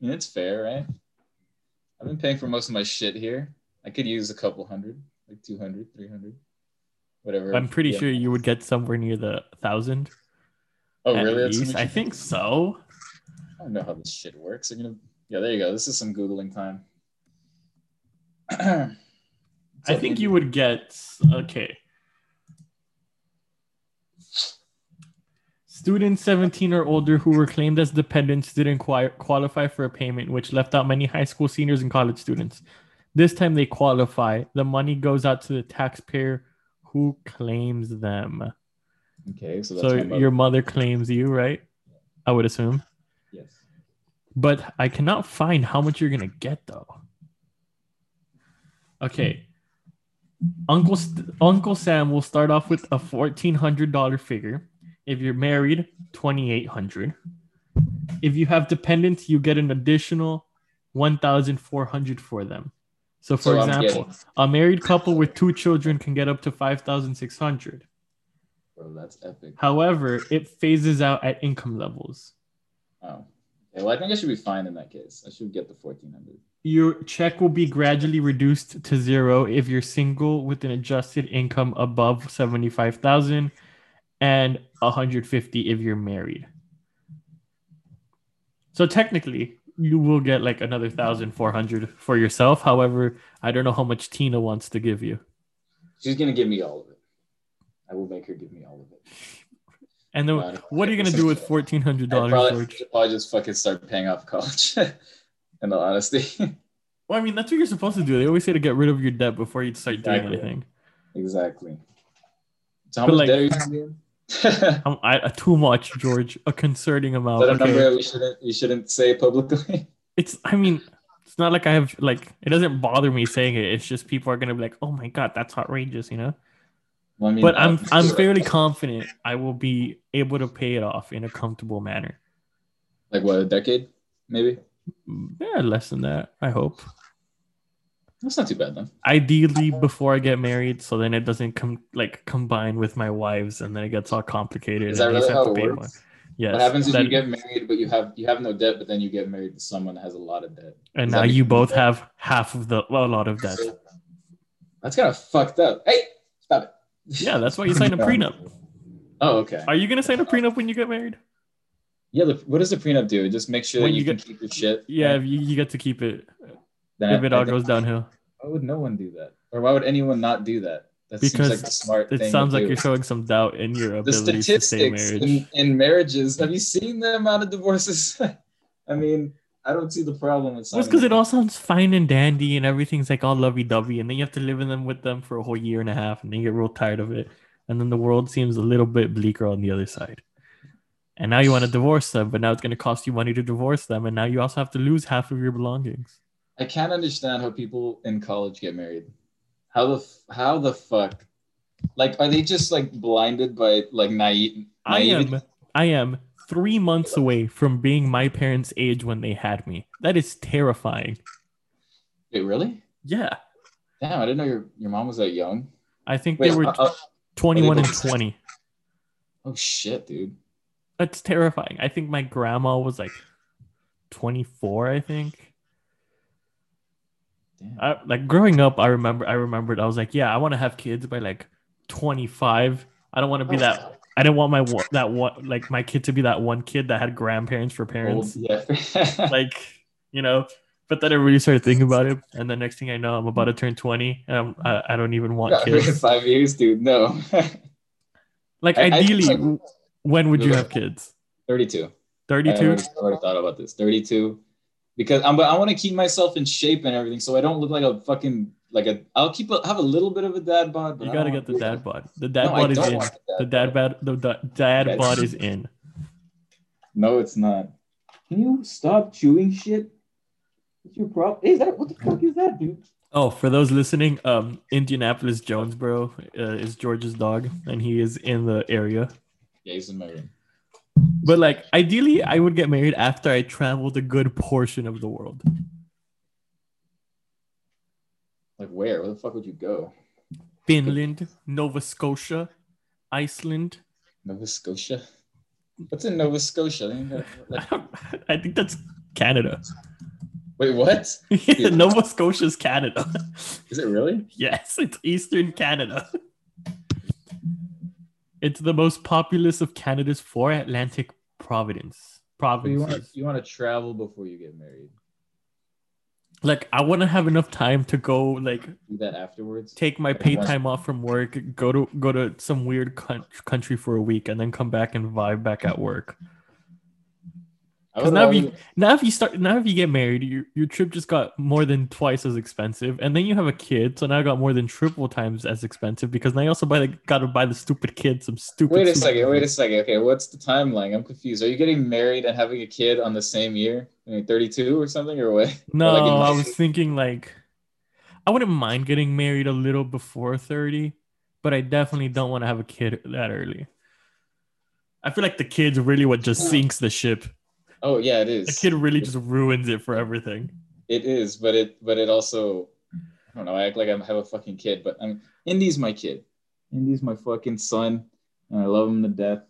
[SPEAKER 1] mean, it's fair, right? I've been paying for most of my shit here. I could use a couple hundred, like 200, 300, whatever.
[SPEAKER 2] I'm pretty
[SPEAKER 1] Yeah.
[SPEAKER 2] sure you would get somewhere near the thousand.
[SPEAKER 1] Oh,
[SPEAKER 2] at
[SPEAKER 1] really? That's
[SPEAKER 2] least.
[SPEAKER 1] what
[SPEAKER 2] I
[SPEAKER 1] you-
[SPEAKER 2] think so.
[SPEAKER 1] I don't know how this shit works. You're gonna... Yeah, there you go. This is some Googling time.
[SPEAKER 2] I think you would get okay. Students 17 or older who were claimed as dependents didn't qui- qualify for a payment, which left out many high school seniors and college students. This time they qualify. The money goes out to the taxpayer who claims them.
[SPEAKER 1] Okay, so that's
[SPEAKER 2] So
[SPEAKER 1] my mother.
[SPEAKER 2] your mother claims you, right? I would assume.
[SPEAKER 1] Yes.
[SPEAKER 2] But I cannot find how much you're gonna get though. Okay. Uncle St- Uncle Sam will start off with a fourteen hundred dollar figure. If you're married, twenty eight hundred. If you have dependents, you get an additional one thousand four hundred for them. So, for
[SPEAKER 1] So I'm
[SPEAKER 2] example,
[SPEAKER 1] getting-
[SPEAKER 2] a married couple with two children can get up to five thousand six hundred.
[SPEAKER 1] Bro, that's epic.
[SPEAKER 2] However, it phases out at income levels.
[SPEAKER 1] Oh. Okay, well, I think I should be fine in that case. I should get the 1400.
[SPEAKER 2] Your check will be gradually reduced to zero if you're single with an adjusted income above 75,000 and 150 if you're married. So technically, you will get like another 1,400 for yourself. However, I don't know how much Tina wants to give you.
[SPEAKER 1] She's gonna give me all of it. I will make her give me all of it.
[SPEAKER 2] And then
[SPEAKER 1] Wow.
[SPEAKER 2] what are you going to do with $1,400,
[SPEAKER 1] I probably,
[SPEAKER 2] George?
[SPEAKER 1] should probably just fucking start paying off college. In all honesty,
[SPEAKER 2] Well, I mean, that's what you're supposed to do. They always say to get rid of your debt before you start doing
[SPEAKER 1] Exactly.
[SPEAKER 2] anything.
[SPEAKER 1] exactly. So how
[SPEAKER 2] But
[SPEAKER 1] much
[SPEAKER 2] like-
[SPEAKER 1] debt are you doing? Is that
[SPEAKER 2] Um, I, uh, too much, George. A concerning amount.
[SPEAKER 1] a
[SPEAKER 2] okay?
[SPEAKER 1] number we shouldn't we shouldn't say publicly?
[SPEAKER 2] it's i mean it's not like i have like it doesn't bother me saying it it's just people are gonna be like oh my god that's outrageous you know
[SPEAKER 1] Well, I mean, uh,
[SPEAKER 2] but i'm i'm
[SPEAKER 1] sure.
[SPEAKER 2] fairly confident i will be able to pay it off in a comfortable manner
[SPEAKER 1] like what a decade, maybe.
[SPEAKER 2] yeah less than that i hope
[SPEAKER 1] That's not too bad then.
[SPEAKER 2] ideally before i get married so then it doesn't come like combine with my wives and then it gets all complicated
[SPEAKER 1] Is that
[SPEAKER 2] and I just
[SPEAKER 1] really
[SPEAKER 2] have
[SPEAKER 1] how
[SPEAKER 2] to
[SPEAKER 1] it
[SPEAKER 2] pay
[SPEAKER 1] works?
[SPEAKER 2] more. yes
[SPEAKER 1] what happens if
[SPEAKER 2] then-
[SPEAKER 1] you get married but you have you have no debt, but then you get married to someone that has a lot of debt?
[SPEAKER 2] and
[SPEAKER 1] does
[SPEAKER 2] now
[SPEAKER 1] that
[SPEAKER 2] you
[SPEAKER 1] become-
[SPEAKER 2] both have half of the well, a lot of debt
[SPEAKER 1] That's kind of fucked up. Hey, stop it.
[SPEAKER 2] yeah that's why you sign a prenup
[SPEAKER 1] Oh, okay.
[SPEAKER 2] are you gonna sign a prenup when you get married
[SPEAKER 1] Yeah, the, what does the prenup do? It just makes sure that
[SPEAKER 2] When
[SPEAKER 1] you,
[SPEAKER 2] you
[SPEAKER 1] can
[SPEAKER 2] get-
[SPEAKER 1] keep your shit.
[SPEAKER 2] yeah
[SPEAKER 1] right?
[SPEAKER 2] you, you get to keep it
[SPEAKER 1] Then
[SPEAKER 2] if
[SPEAKER 1] I-
[SPEAKER 2] it
[SPEAKER 1] I
[SPEAKER 2] all
[SPEAKER 1] think-
[SPEAKER 2] goes downhill
[SPEAKER 1] Why would no one do that? Or why would anyone not do that? That
[SPEAKER 2] Because
[SPEAKER 1] seems like the smart thing.
[SPEAKER 2] It
[SPEAKER 1] to
[SPEAKER 2] sounds like
[SPEAKER 1] do.
[SPEAKER 2] you're showing some doubt in your
[SPEAKER 1] the
[SPEAKER 2] ability to stay
[SPEAKER 1] statistics
[SPEAKER 2] marriage.
[SPEAKER 1] in, in marriages. Have you seen the amount of divorces? I mean, I don't see the problem with
[SPEAKER 2] Well,
[SPEAKER 1] signing.
[SPEAKER 2] it's because it all sounds fine and dandy and everything's like all lovey dovey, and then you have to live in them with them for a whole year and a half, and then you get real tired of it. And then the world seems a little bit bleaker on the other side. And now you want to divorce them, but now it's going to cost you money to divorce them, and now you also have to lose half of your belongings.
[SPEAKER 1] I can't understand how people in college get married. How the f- how the fuck? Like, are they just like blinded by like naive?
[SPEAKER 2] I
[SPEAKER 1] naivety?
[SPEAKER 2] am, I am three months away from being my parents' age when they had me. That is terrifying.
[SPEAKER 1] Wait, really?
[SPEAKER 2] Yeah,
[SPEAKER 1] Damn, I didn't know your your mom was that young.
[SPEAKER 2] I think
[SPEAKER 1] Wait,
[SPEAKER 2] they were
[SPEAKER 1] uh, uh,
[SPEAKER 2] 21 and
[SPEAKER 1] both-
[SPEAKER 2] 20.
[SPEAKER 1] oh shit, dude.
[SPEAKER 2] That's terrifying. I think my grandma was like 24, I think.
[SPEAKER 1] Damn.
[SPEAKER 2] I, like growing up, I remember I remembered I was like, yeah, I want to have kids by like 25. I don't want to be that. I didn't want my one- that one like my kid to be that one kid that had grandparents for
[SPEAKER 1] Old,
[SPEAKER 2] parents.
[SPEAKER 1] yeah.
[SPEAKER 2] Like you know. But then I really started thinking about it, and the next thing I know, I'm about to turn 20, and I'm, I, I don't even want
[SPEAKER 1] Not for
[SPEAKER 2] kids.
[SPEAKER 1] five years, dude. No.
[SPEAKER 2] Like
[SPEAKER 1] I- I-
[SPEAKER 2] ideally, when would you have kids?
[SPEAKER 1] 32. I
[SPEAKER 2] 32.
[SPEAKER 1] already, I already thought about this. 32. Because I'm, but I want to keep myself in shape and everything, so I don't look like a fucking like a. I'll keep a, have a little bit of a dad bod. But
[SPEAKER 2] You
[SPEAKER 1] I
[SPEAKER 2] gotta
[SPEAKER 1] don't
[SPEAKER 2] get the
[SPEAKER 1] want to-
[SPEAKER 2] dad bod. The dad
[SPEAKER 1] No, I
[SPEAKER 2] bod is
[SPEAKER 1] don't
[SPEAKER 2] in.
[SPEAKER 1] want
[SPEAKER 2] The dad bod. The, the dad
[SPEAKER 1] That's-
[SPEAKER 2] bod is in.
[SPEAKER 1] No, it's not. Can you stop chewing shit? What's your problem? Is that what the fuck is that, dude?
[SPEAKER 2] Oh, for those listening, um, Indianapolis Jonesboro uh, is George's dog, and he is in the area.
[SPEAKER 1] Yeah, he's in my room.
[SPEAKER 2] But like, ideally, I would get married after I traveled a good portion of the world.
[SPEAKER 1] Like where? Where the fuck would you go?
[SPEAKER 2] Finland, Nova Scotia, Iceland.
[SPEAKER 1] Nova Scotia. What's in Nova Scotia? They ain't got- like-
[SPEAKER 2] I think that's Canada.
[SPEAKER 1] wait, what?
[SPEAKER 2] Nova Scotia's Canada.
[SPEAKER 1] Is it really?
[SPEAKER 2] Yes, it's Eastern Canada. It's the most populous of Canada's four Atlantic provinces.
[SPEAKER 1] Oh, You want to
[SPEAKER 2] Provinces.
[SPEAKER 1] you want to travel before you get married.
[SPEAKER 2] Like I want to have enough time to go, like
[SPEAKER 1] Do that afterwards.
[SPEAKER 2] take my paid time off from work, go to go to some weird coun- country for a week, and then come back and vibe back at work.
[SPEAKER 1] I
[SPEAKER 2] 'Cause
[SPEAKER 1] would
[SPEAKER 2] now
[SPEAKER 1] always-
[SPEAKER 2] you now if you start now if you get married, your your trip just got more than twice as expensive, and then you have a kid, so now it got more than triple times as expensive because now you also buy the gotta buy the stupid kid some stupid.
[SPEAKER 1] Wait a
[SPEAKER 2] stupid-
[SPEAKER 1] second. Wait a second. Okay, what's the timeline? I'm confused. Are you getting married and having a kid on the same year? I mean, 32 or something, or what?
[SPEAKER 2] No,
[SPEAKER 1] Or like in-
[SPEAKER 2] I was thinking like I wouldn't mind getting married a little before 30, but I definitely don't want to have a kid that early. I feel like the kid's really what just sinks the ship.
[SPEAKER 1] Oh yeah, it is.
[SPEAKER 2] The kid really just ruins it for everything.
[SPEAKER 1] It is, but it but it also I don't know, I act like I have a fucking kid, but I'm Indy's my kid. Indy's my fucking son, and I love him to death.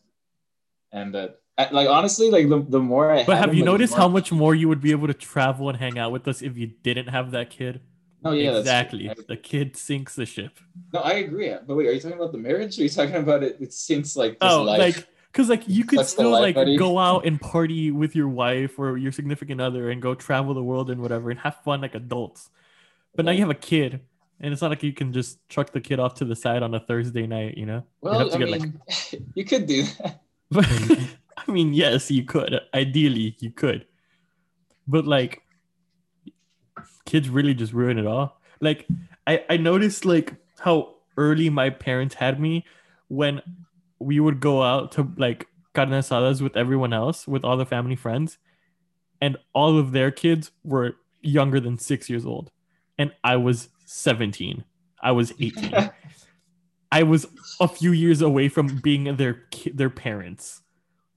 [SPEAKER 1] And uh, I- like honestly, like the, the more I
[SPEAKER 2] But
[SPEAKER 1] had
[SPEAKER 2] have
[SPEAKER 1] him,
[SPEAKER 2] you
[SPEAKER 1] like, the
[SPEAKER 2] noticed
[SPEAKER 1] more-
[SPEAKER 2] how much more you would be able to travel and hang out with us if you didn't have that kid?
[SPEAKER 1] No, Oh, yeah, that's-
[SPEAKER 2] exactly.
[SPEAKER 1] I-
[SPEAKER 2] The kid sinks the ship.
[SPEAKER 1] no, I agree. But wait, are you talking about the marriage? Or are you talking about it? It sinks like this
[SPEAKER 2] oh,
[SPEAKER 1] life.
[SPEAKER 2] like because like you could
[SPEAKER 1] Sucks the
[SPEAKER 2] still
[SPEAKER 1] life
[SPEAKER 2] like
[SPEAKER 1] out of you.
[SPEAKER 2] go out and party with your wife or your significant other and go travel the world and whatever and have fun like adults. But now
[SPEAKER 1] Yeah.
[SPEAKER 2] you have a kid, and it's not like you can just chuck the kid off to the side on a Thursday night, you know? you
[SPEAKER 1] well, I mean, you could do that.
[SPEAKER 2] like. I mean, yes, you could. Ideally, you could. But like, kids really just ruin it all. Like, I I noticed like how early my parents had me when we would go out to like carne asadas with everyone else, with all the family friends, and all of their kids were younger than six years old, and I was seventeen. I was eighteen. I was a few years away from being their ki- their parents,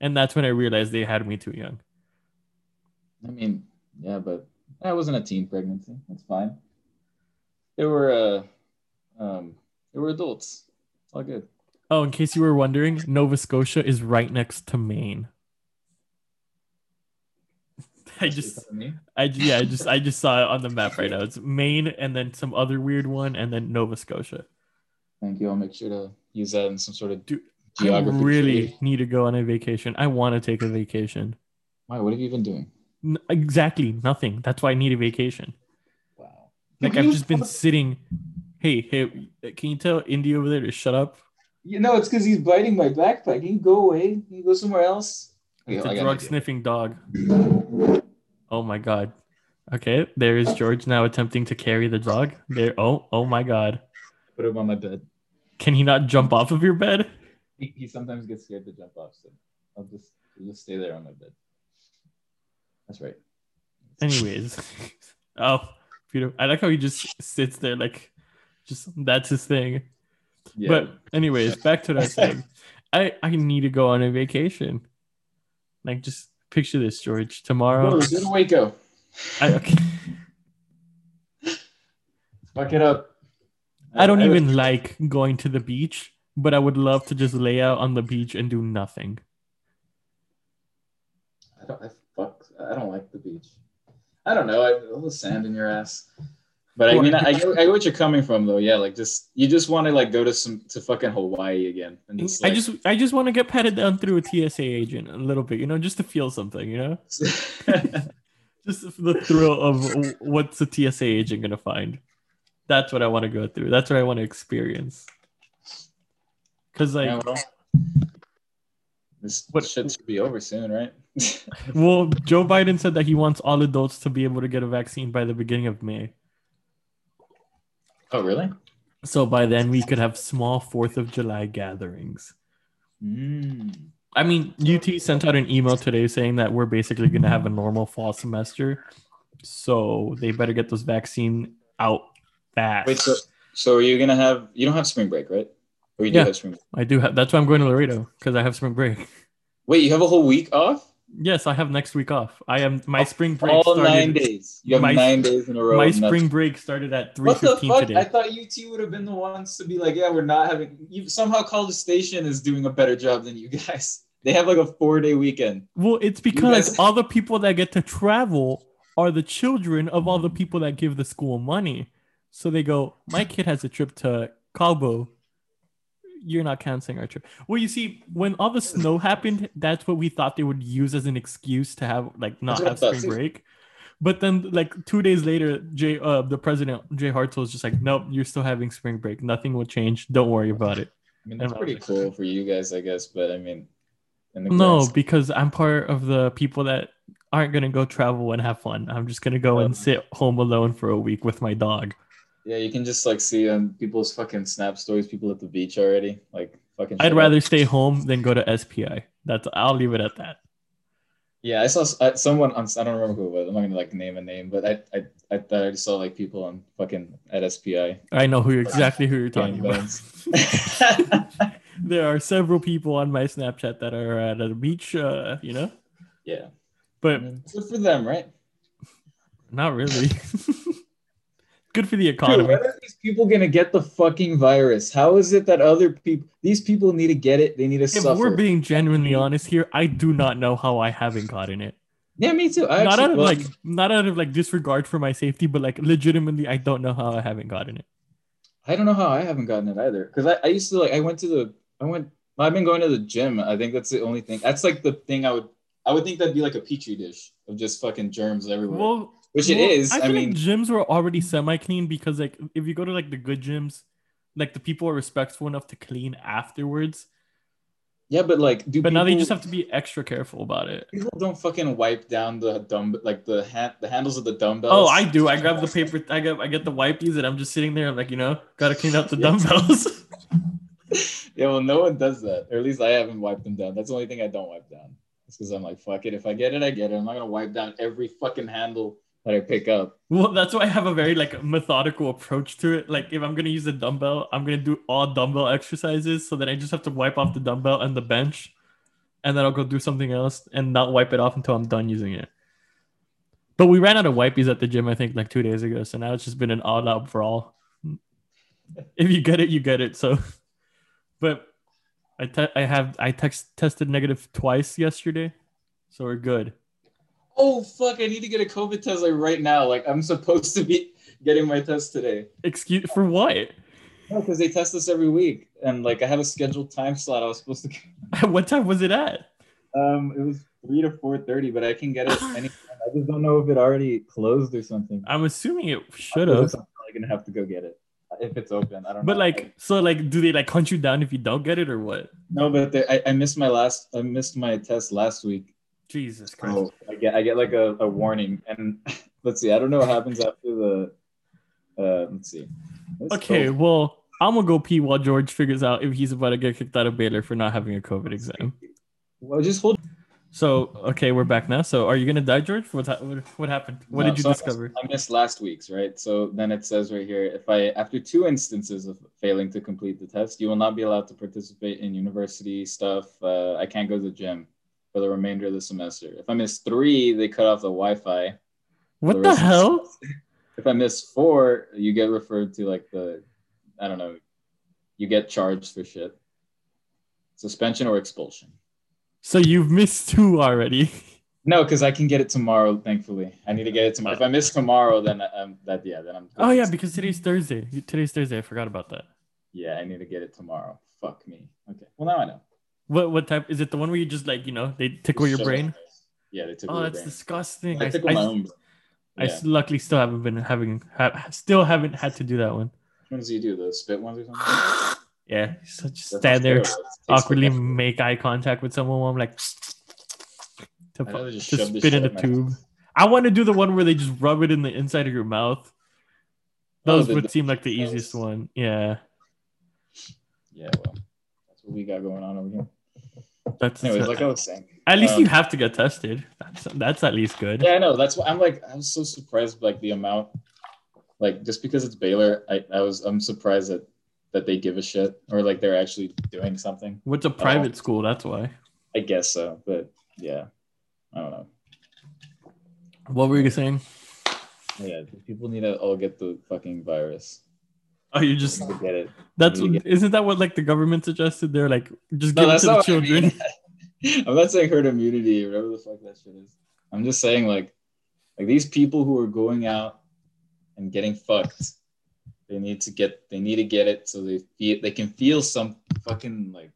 [SPEAKER 2] and that's when I realized they had me too young.
[SPEAKER 1] I mean, yeah, but that wasn't a teen pregnancy. That's fine. There were uh, um, there were adults. It's all good.
[SPEAKER 2] Oh, in case you were wondering, Nova Scotia is right next to Maine. I just,
[SPEAKER 1] Me?
[SPEAKER 2] I yeah, I just, I just saw it on the map right now. It's Maine, and then some other weird one, and then Nova Scotia.
[SPEAKER 1] Thank you. I'll make sure to use that in some sort of
[SPEAKER 2] Dude,
[SPEAKER 1] geography.
[SPEAKER 2] I really
[SPEAKER 1] tree.
[SPEAKER 2] need to go on a vacation. I want to take a vacation.
[SPEAKER 1] Why? What have you been doing?
[SPEAKER 2] N- exactly nothing. That's why I need a vacation.
[SPEAKER 1] Wow.
[SPEAKER 2] Like I've just been sitting. Hey, hey, can you tell Indy over there to shut up?
[SPEAKER 1] You know, it's because he's biting my backpack. Can you go away? Can you go somewhere else? Okay,
[SPEAKER 2] It's
[SPEAKER 1] I
[SPEAKER 2] a
[SPEAKER 1] got an
[SPEAKER 2] drug
[SPEAKER 1] idea.
[SPEAKER 2] sniffing dog. Oh my god. Okay, there is George now attempting to carry the dog. There. Oh, oh my god.
[SPEAKER 1] Put him on my bed.
[SPEAKER 2] Can he not jump off of your bed?
[SPEAKER 1] He, he sometimes gets scared to jump off, so I'll just I'll just stay there on my bed. That's right.
[SPEAKER 2] Anyways. Oh, beautiful. I like how he just sits there like just that's his thing.
[SPEAKER 1] Yeah.
[SPEAKER 2] But anyways, back to that thing. I I need to go on a vacation. Like just picture this, George. Tomorrow.
[SPEAKER 1] Bro, go to Waco.
[SPEAKER 2] I, okay.
[SPEAKER 1] Fuck it up.
[SPEAKER 2] I don't even like going to the beach, but I would love to just lay out on the beach and do nothing.
[SPEAKER 1] I don't. I fuck. I don't like the beach. I don't know. I, all the sand in your ass. But I
[SPEAKER 2] Well,
[SPEAKER 1] mean,
[SPEAKER 2] I
[SPEAKER 1] I, I, get, I get what you're coming from though. Yeah, like just you just want to like go to some to fucking Hawaii again. And it's
[SPEAKER 2] I
[SPEAKER 1] like-
[SPEAKER 2] just I just want to get patted down through a TSA agent a little bit, you know, just to feel something, you know, just for the thrill of w- what's a TSA agent gonna find. That's what I want to go through. That's what I want to experience. Cause like,
[SPEAKER 1] Yeah, well, this
[SPEAKER 2] What-
[SPEAKER 1] shit should be over soon, right?
[SPEAKER 2] well, Joe Biden said that he wants all adults to be able to get a vaccine by the beginning of May.
[SPEAKER 1] oh, really?
[SPEAKER 2] So by then we could have small Fourth of July gatherings.
[SPEAKER 1] Mm.
[SPEAKER 2] I mean, UT sent out an email today saying that we're basically going to have a normal fall semester, so they better get this vaccine out fast.
[SPEAKER 1] Wait, so so are you gonna have you don't have spring break, right? Or you do
[SPEAKER 2] Yeah.
[SPEAKER 1] have spring break?
[SPEAKER 2] I do have. That's why I'm going to Laredo because I have spring break.
[SPEAKER 1] Wait, you have a whole week off?
[SPEAKER 2] Yes, I have next week off. I am my spring break.
[SPEAKER 1] All
[SPEAKER 2] started,
[SPEAKER 1] nine days. You have
[SPEAKER 2] my-
[SPEAKER 1] nine days in a row.
[SPEAKER 2] My
[SPEAKER 1] of nothing.
[SPEAKER 2] spring break started at three
[SPEAKER 1] What the
[SPEAKER 2] fifteen
[SPEAKER 1] fuck? I
[SPEAKER 2] today.
[SPEAKER 1] thought UT would have been the ones to be like, yeah, we're not having. You, somehow College Station is doing a better job than you guys. They have like a four day weekend.
[SPEAKER 2] Well, it's because
[SPEAKER 1] guys-
[SPEAKER 2] all the people that get to travel are the children of all the people that give the school money. So they go, My kid has a trip to Cabo. You're not canceling our trip. Well, you see, when all the snow happened, that's what we thought they would use as an excuse to have, like, not
[SPEAKER 1] That's what I
[SPEAKER 2] have
[SPEAKER 1] thought,
[SPEAKER 2] spring
[SPEAKER 1] too.
[SPEAKER 2] break. But then, like, two days later, Jay, uh, the president, Jay Hartzell, is just like, Nope, you're still having spring break. Nothing will change. Don't worry about it.
[SPEAKER 1] I mean, that's
[SPEAKER 2] Yeah.
[SPEAKER 1] pretty cool for you guys, I guess. But I mean, in the grand
[SPEAKER 2] No,
[SPEAKER 1] scheme-
[SPEAKER 2] because I'm part of the people that aren't gonna go travel and have fun. I'm just gonna go
[SPEAKER 1] Oh.
[SPEAKER 2] and sit home alone for a week with my dog.
[SPEAKER 1] yeah, you can just like see on people's fucking snap stories, people at the beach already. Like fucking. shut
[SPEAKER 2] I'd
[SPEAKER 1] up.
[SPEAKER 2] rather stay home than go to SPI. That's I'll leave it at that.
[SPEAKER 1] Yeah, I saw s- uh, someone on. I don't remember who it was. I'm not gonna like name a name, but I I I, thought I saw like people on fucking at SPI.
[SPEAKER 2] I know who you're exactly who you're talking about. there are several people on my Snapchat that are at a beach, uh, you know,
[SPEAKER 1] yeah, I
[SPEAKER 2] but
[SPEAKER 1] mean, good for them, right?
[SPEAKER 2] not really. Good for the
[SPEAKER 1] Dude,
[SPEAKER 2] economy.
[SPEAKER 1] when are these people gonna get the fucking virus? How is it that other people, these people need to get it? They need to
[SPEAKER 2] If
[SPEAKER 1] suffer.
[SPEAKER 2] we're being genuinely honest here, I do not know how I haven't gotten it.
[SPEAKER 1] yeah, me too. I
[SPEAKER 2] not
[SPEAKER 1] actually,
[SPEAKER 2] out of
[SPEAKER 1] well,
[SPEAKER 2] like not out of like disregard for my safety, but like legitimately, I don't know how I haven't gotten it.
[SPEAKER 1] I don't know how I haven't gotten it either. Cause I, I used to like, I went to the, I went, I've been going to the gym. I think that's the only thing. That's like the thing I would, I would think that'd be like a petri dish of just fucking germs everywhere,
[SPEAKER 2] Well,
[SPEAKER 1] which it
[SPEAKER 2] well,
[SPEAKER 1] is.
[SPEAKER 2] I,
[SPEAKER 1] I,
[SPEAKER 2] feel
[SPEAKER 1] mean,
[SPEAKER 2] like gyms were already semi clean because like if you go to like the good gyms, like the people are respectful enough to clean afterwards.
[SPEAKER 1] yeah, but like, do
[SPEAKER 2] But now they
[SPEAKER 1] people-
[SPEAKER 2] just have to be extra careful about it.
[SPEAKER 1] people don't fucking wipe down the dumb, like the hand, the handles of the dumbbells.
[SPEAKER 2] Oh, I do. I grab the paper. I got. I get the wipies, and I'm just sitting there. I'm like, you know, gotta clean out the
[SPEAKER 1] Yeah.
[SPEAKER 2] dumbbells.
[SPEAKER 1] Yeah, well, no one does that. Or at least I haven't wiped them down. That's the only thing I don't wipe down. It's because I'm like, fuck it. If I get it, I get it. I'm not gonna wipe down every fucking handle that I pick up.
[SPEAKER 2] Well, that's why I have a very like methodical approach to it. Like if I'm gonna use a dumbbell, I'm gonna do all dumbbell exercises. So then I just have to wipe off the dumbbell and the bench, and then I'll go do something else and not wipe it off until I'm done using it. But we ran out of wipes at the gym, I think, like two days ago. So now it's just been an all-out brawl. If you get it, you get it. So, but I te- I have I text tested negative twice yesterday, so we're good.
[SPEAKER 1] Oh fuck, I need to get a COVID test like right now. Like I'm supposed to be getting my test today.
[SPEAKER 2] Excuse for what?
[SPEAKER 1] No, because they test us every week. And like I have a scheduled time slot. I was supposed to get
[SPEAKER 2] what time was it at?
[SPEAKER 1] um it was three to four thirty, but I can get it anytime. I just don't know if it already closed or something.
[SPEAKER 2] I'm assuming it
[SPEAKER 1] I'm
[SPEAKER 2] should have.
[SPEAKER 1] probably gonna have to go get it. If it's open, I don't know.
[SPEAKER 2] But like, so like, do they like hunt you down if you don't get it or what?
[SPEAKER 1] no, but there, I, I missed my last. I missed my test last week,
[SPEAKER 2] Jesus Christ!
[SPEAKER 1] Oh, I get I get like a, a warning, and let's see. I don't know what happens after the. Uh, let's see. This
[SPEAKER 2] okay,
[SPEAKER 1] COVID-
[SPEAKER 2] well, I'm gonna go pee while George figures out if he's about to get kicked out of Baylor for not having a COVID exam.
[SPEAKER 1] Well, just hold.
[SPEAKER 2] So okay, we're back now. So are you gonna die, George? What ha- what, what happened? What
[SPEAKER 1] No,
[SPEAKER 2] did you
[SPEAKER 1] so I missed-
[SPEAKER 2] discover?
[SPEAKER 1] I missed last week's, right? So then it says right here, if I after two instances of failing to complete the test, you will not be allowed to participate in university stuff. Uh, I can't go to the gym for the remainder of the semester. If I miss three, they cut off the Wi-Fi.
[SPEAKER 2] What
[SPEAKER 1] the
[SPEAKER 2] the
[SPEAKER 1] rest of the
[SPEAKER 2] hell?
[SPEAKER 1] if I miss four, you get referred to like the, I don't know, you get charged for shit, suspension or expulsion.
[SPEAKER 2] So you've missed two already.
[SPEAKER 1] No, because I can get it tomorrow. Thankfully, I need to get it tomorrow. If I miss tomorrow, then I- I'm that. Yeah, then I'm.
[SPEAKER 2] Oh yeah, because today's Thursday. Today's Thursday. I forgot about that.
[SPEAKER 1] Yeah, I need to get it tomorrow. Fuck me. Okay. Well, now I know.
[SPEAKER 2] What what type is it? The one where you just like you know they tickle your
[SPEAKER 1] Shut
[SPEAKER 2] brain?
[SPEAKER 1] up. Yeah, they took.
[SPEAKER 2] Oh,
[SPEAKER 1] away your
[SPEAKER 2] that's
[SPEAKER 1] brain.
[SPEAKER 2] disgusting.
[SPEAKER 1] I
[SPEAKER 2] I,
[SPEAKER 1] tickled
[SPEAKER 2] I-
[SPEAKER 1] my own. brain.
[SPEAKER 2] I
[SPEAKER 1] Yeah.
[SPEAKER 2] s- luckily still haven't been having ha- still haven't had to do that one.
[SPEAKER 1] Which ones do you do? The spit ones or something?
[SPEAKER 2] Yeah, so
[SPEAKER 1] That
[SPEAKER 2] just
[SPEAKER 1] sounds
[SPEAKER 2] stand there
[SPEAKER 1] terrible. It's
[SPEAKER 2] awkwardly,
[SPEAKER 1] spit.
[SPEAKER 2] make eye contact with someone while I'm like to,
[SPEAKER 1] I'd
[SPEAKER 2] fu-
[SPEAKER 1] rather just
[SPEAKER 2] to
[SPEAKER 1] shove this
[SPEAKER 2] spit in
[SPEAKER 1] shit up
[SPEAKER 2] a
[SPEAKER 1] my-
[SPEAKER 2] tube. I want to do the one where they just rub it in the inside of your mouth.
[SPEAKER 1] Oh,
[SPEAKER 2] Those
[SPEAKER 1] the-
[SPEAKER 2] would
[SPEAKER 1] the-
[SPEAKER 2] seem like the
[SPEAKER 1] those.
[SPEAKER 2] easiest one. Yeah,
[SPEAKER 1] Yeah, well, that's what we got going on over here.
[SPEAKER 2] that's
[SPEAKER 1] Anyways, like I was saying.
[SPEAKER 2] at least
[SPEAKER 1] um,
[SPEAKER 2] you have to get tested. That's that's at least good.
[SPEAKER 1] Yeah, I know. That's why I'm like I'm so surprised like the amount like just because it's Baylor, I, I was I'm surprised that that they give a shit or like they're actually doing something.
[SPEAKER 2] What's a private school? That's why.
[SPEAKER 1] I guess so, but yeah. I don't know.
[SPEAKER 2] What were you saying?
[SPEAKER 1] Yeah, people need to all get the fucking virus.
[SPEAKER 2] Oh, you just
[SPEAKER 1] People get it.
[SPEAKER 2] that's
[SPEAKER 1] Need to
[SPEAKER 2] isn't that what like the government suggested? They're like just
[SPEAKER 1] No,
[SPEAKER 2] give it
[SPEAKER 1] that's
[SPEAKER 2] to the
[SPEAKER 1] not what I
[SPEAKER 2] children.
[SPEAKER 1] mean. I'm not saying herd immunity or whatever the fuck that shit is. I'm just saying like like these people who are going out and getting fucked, they need to get they need to get it so they feel they can feel some fucking like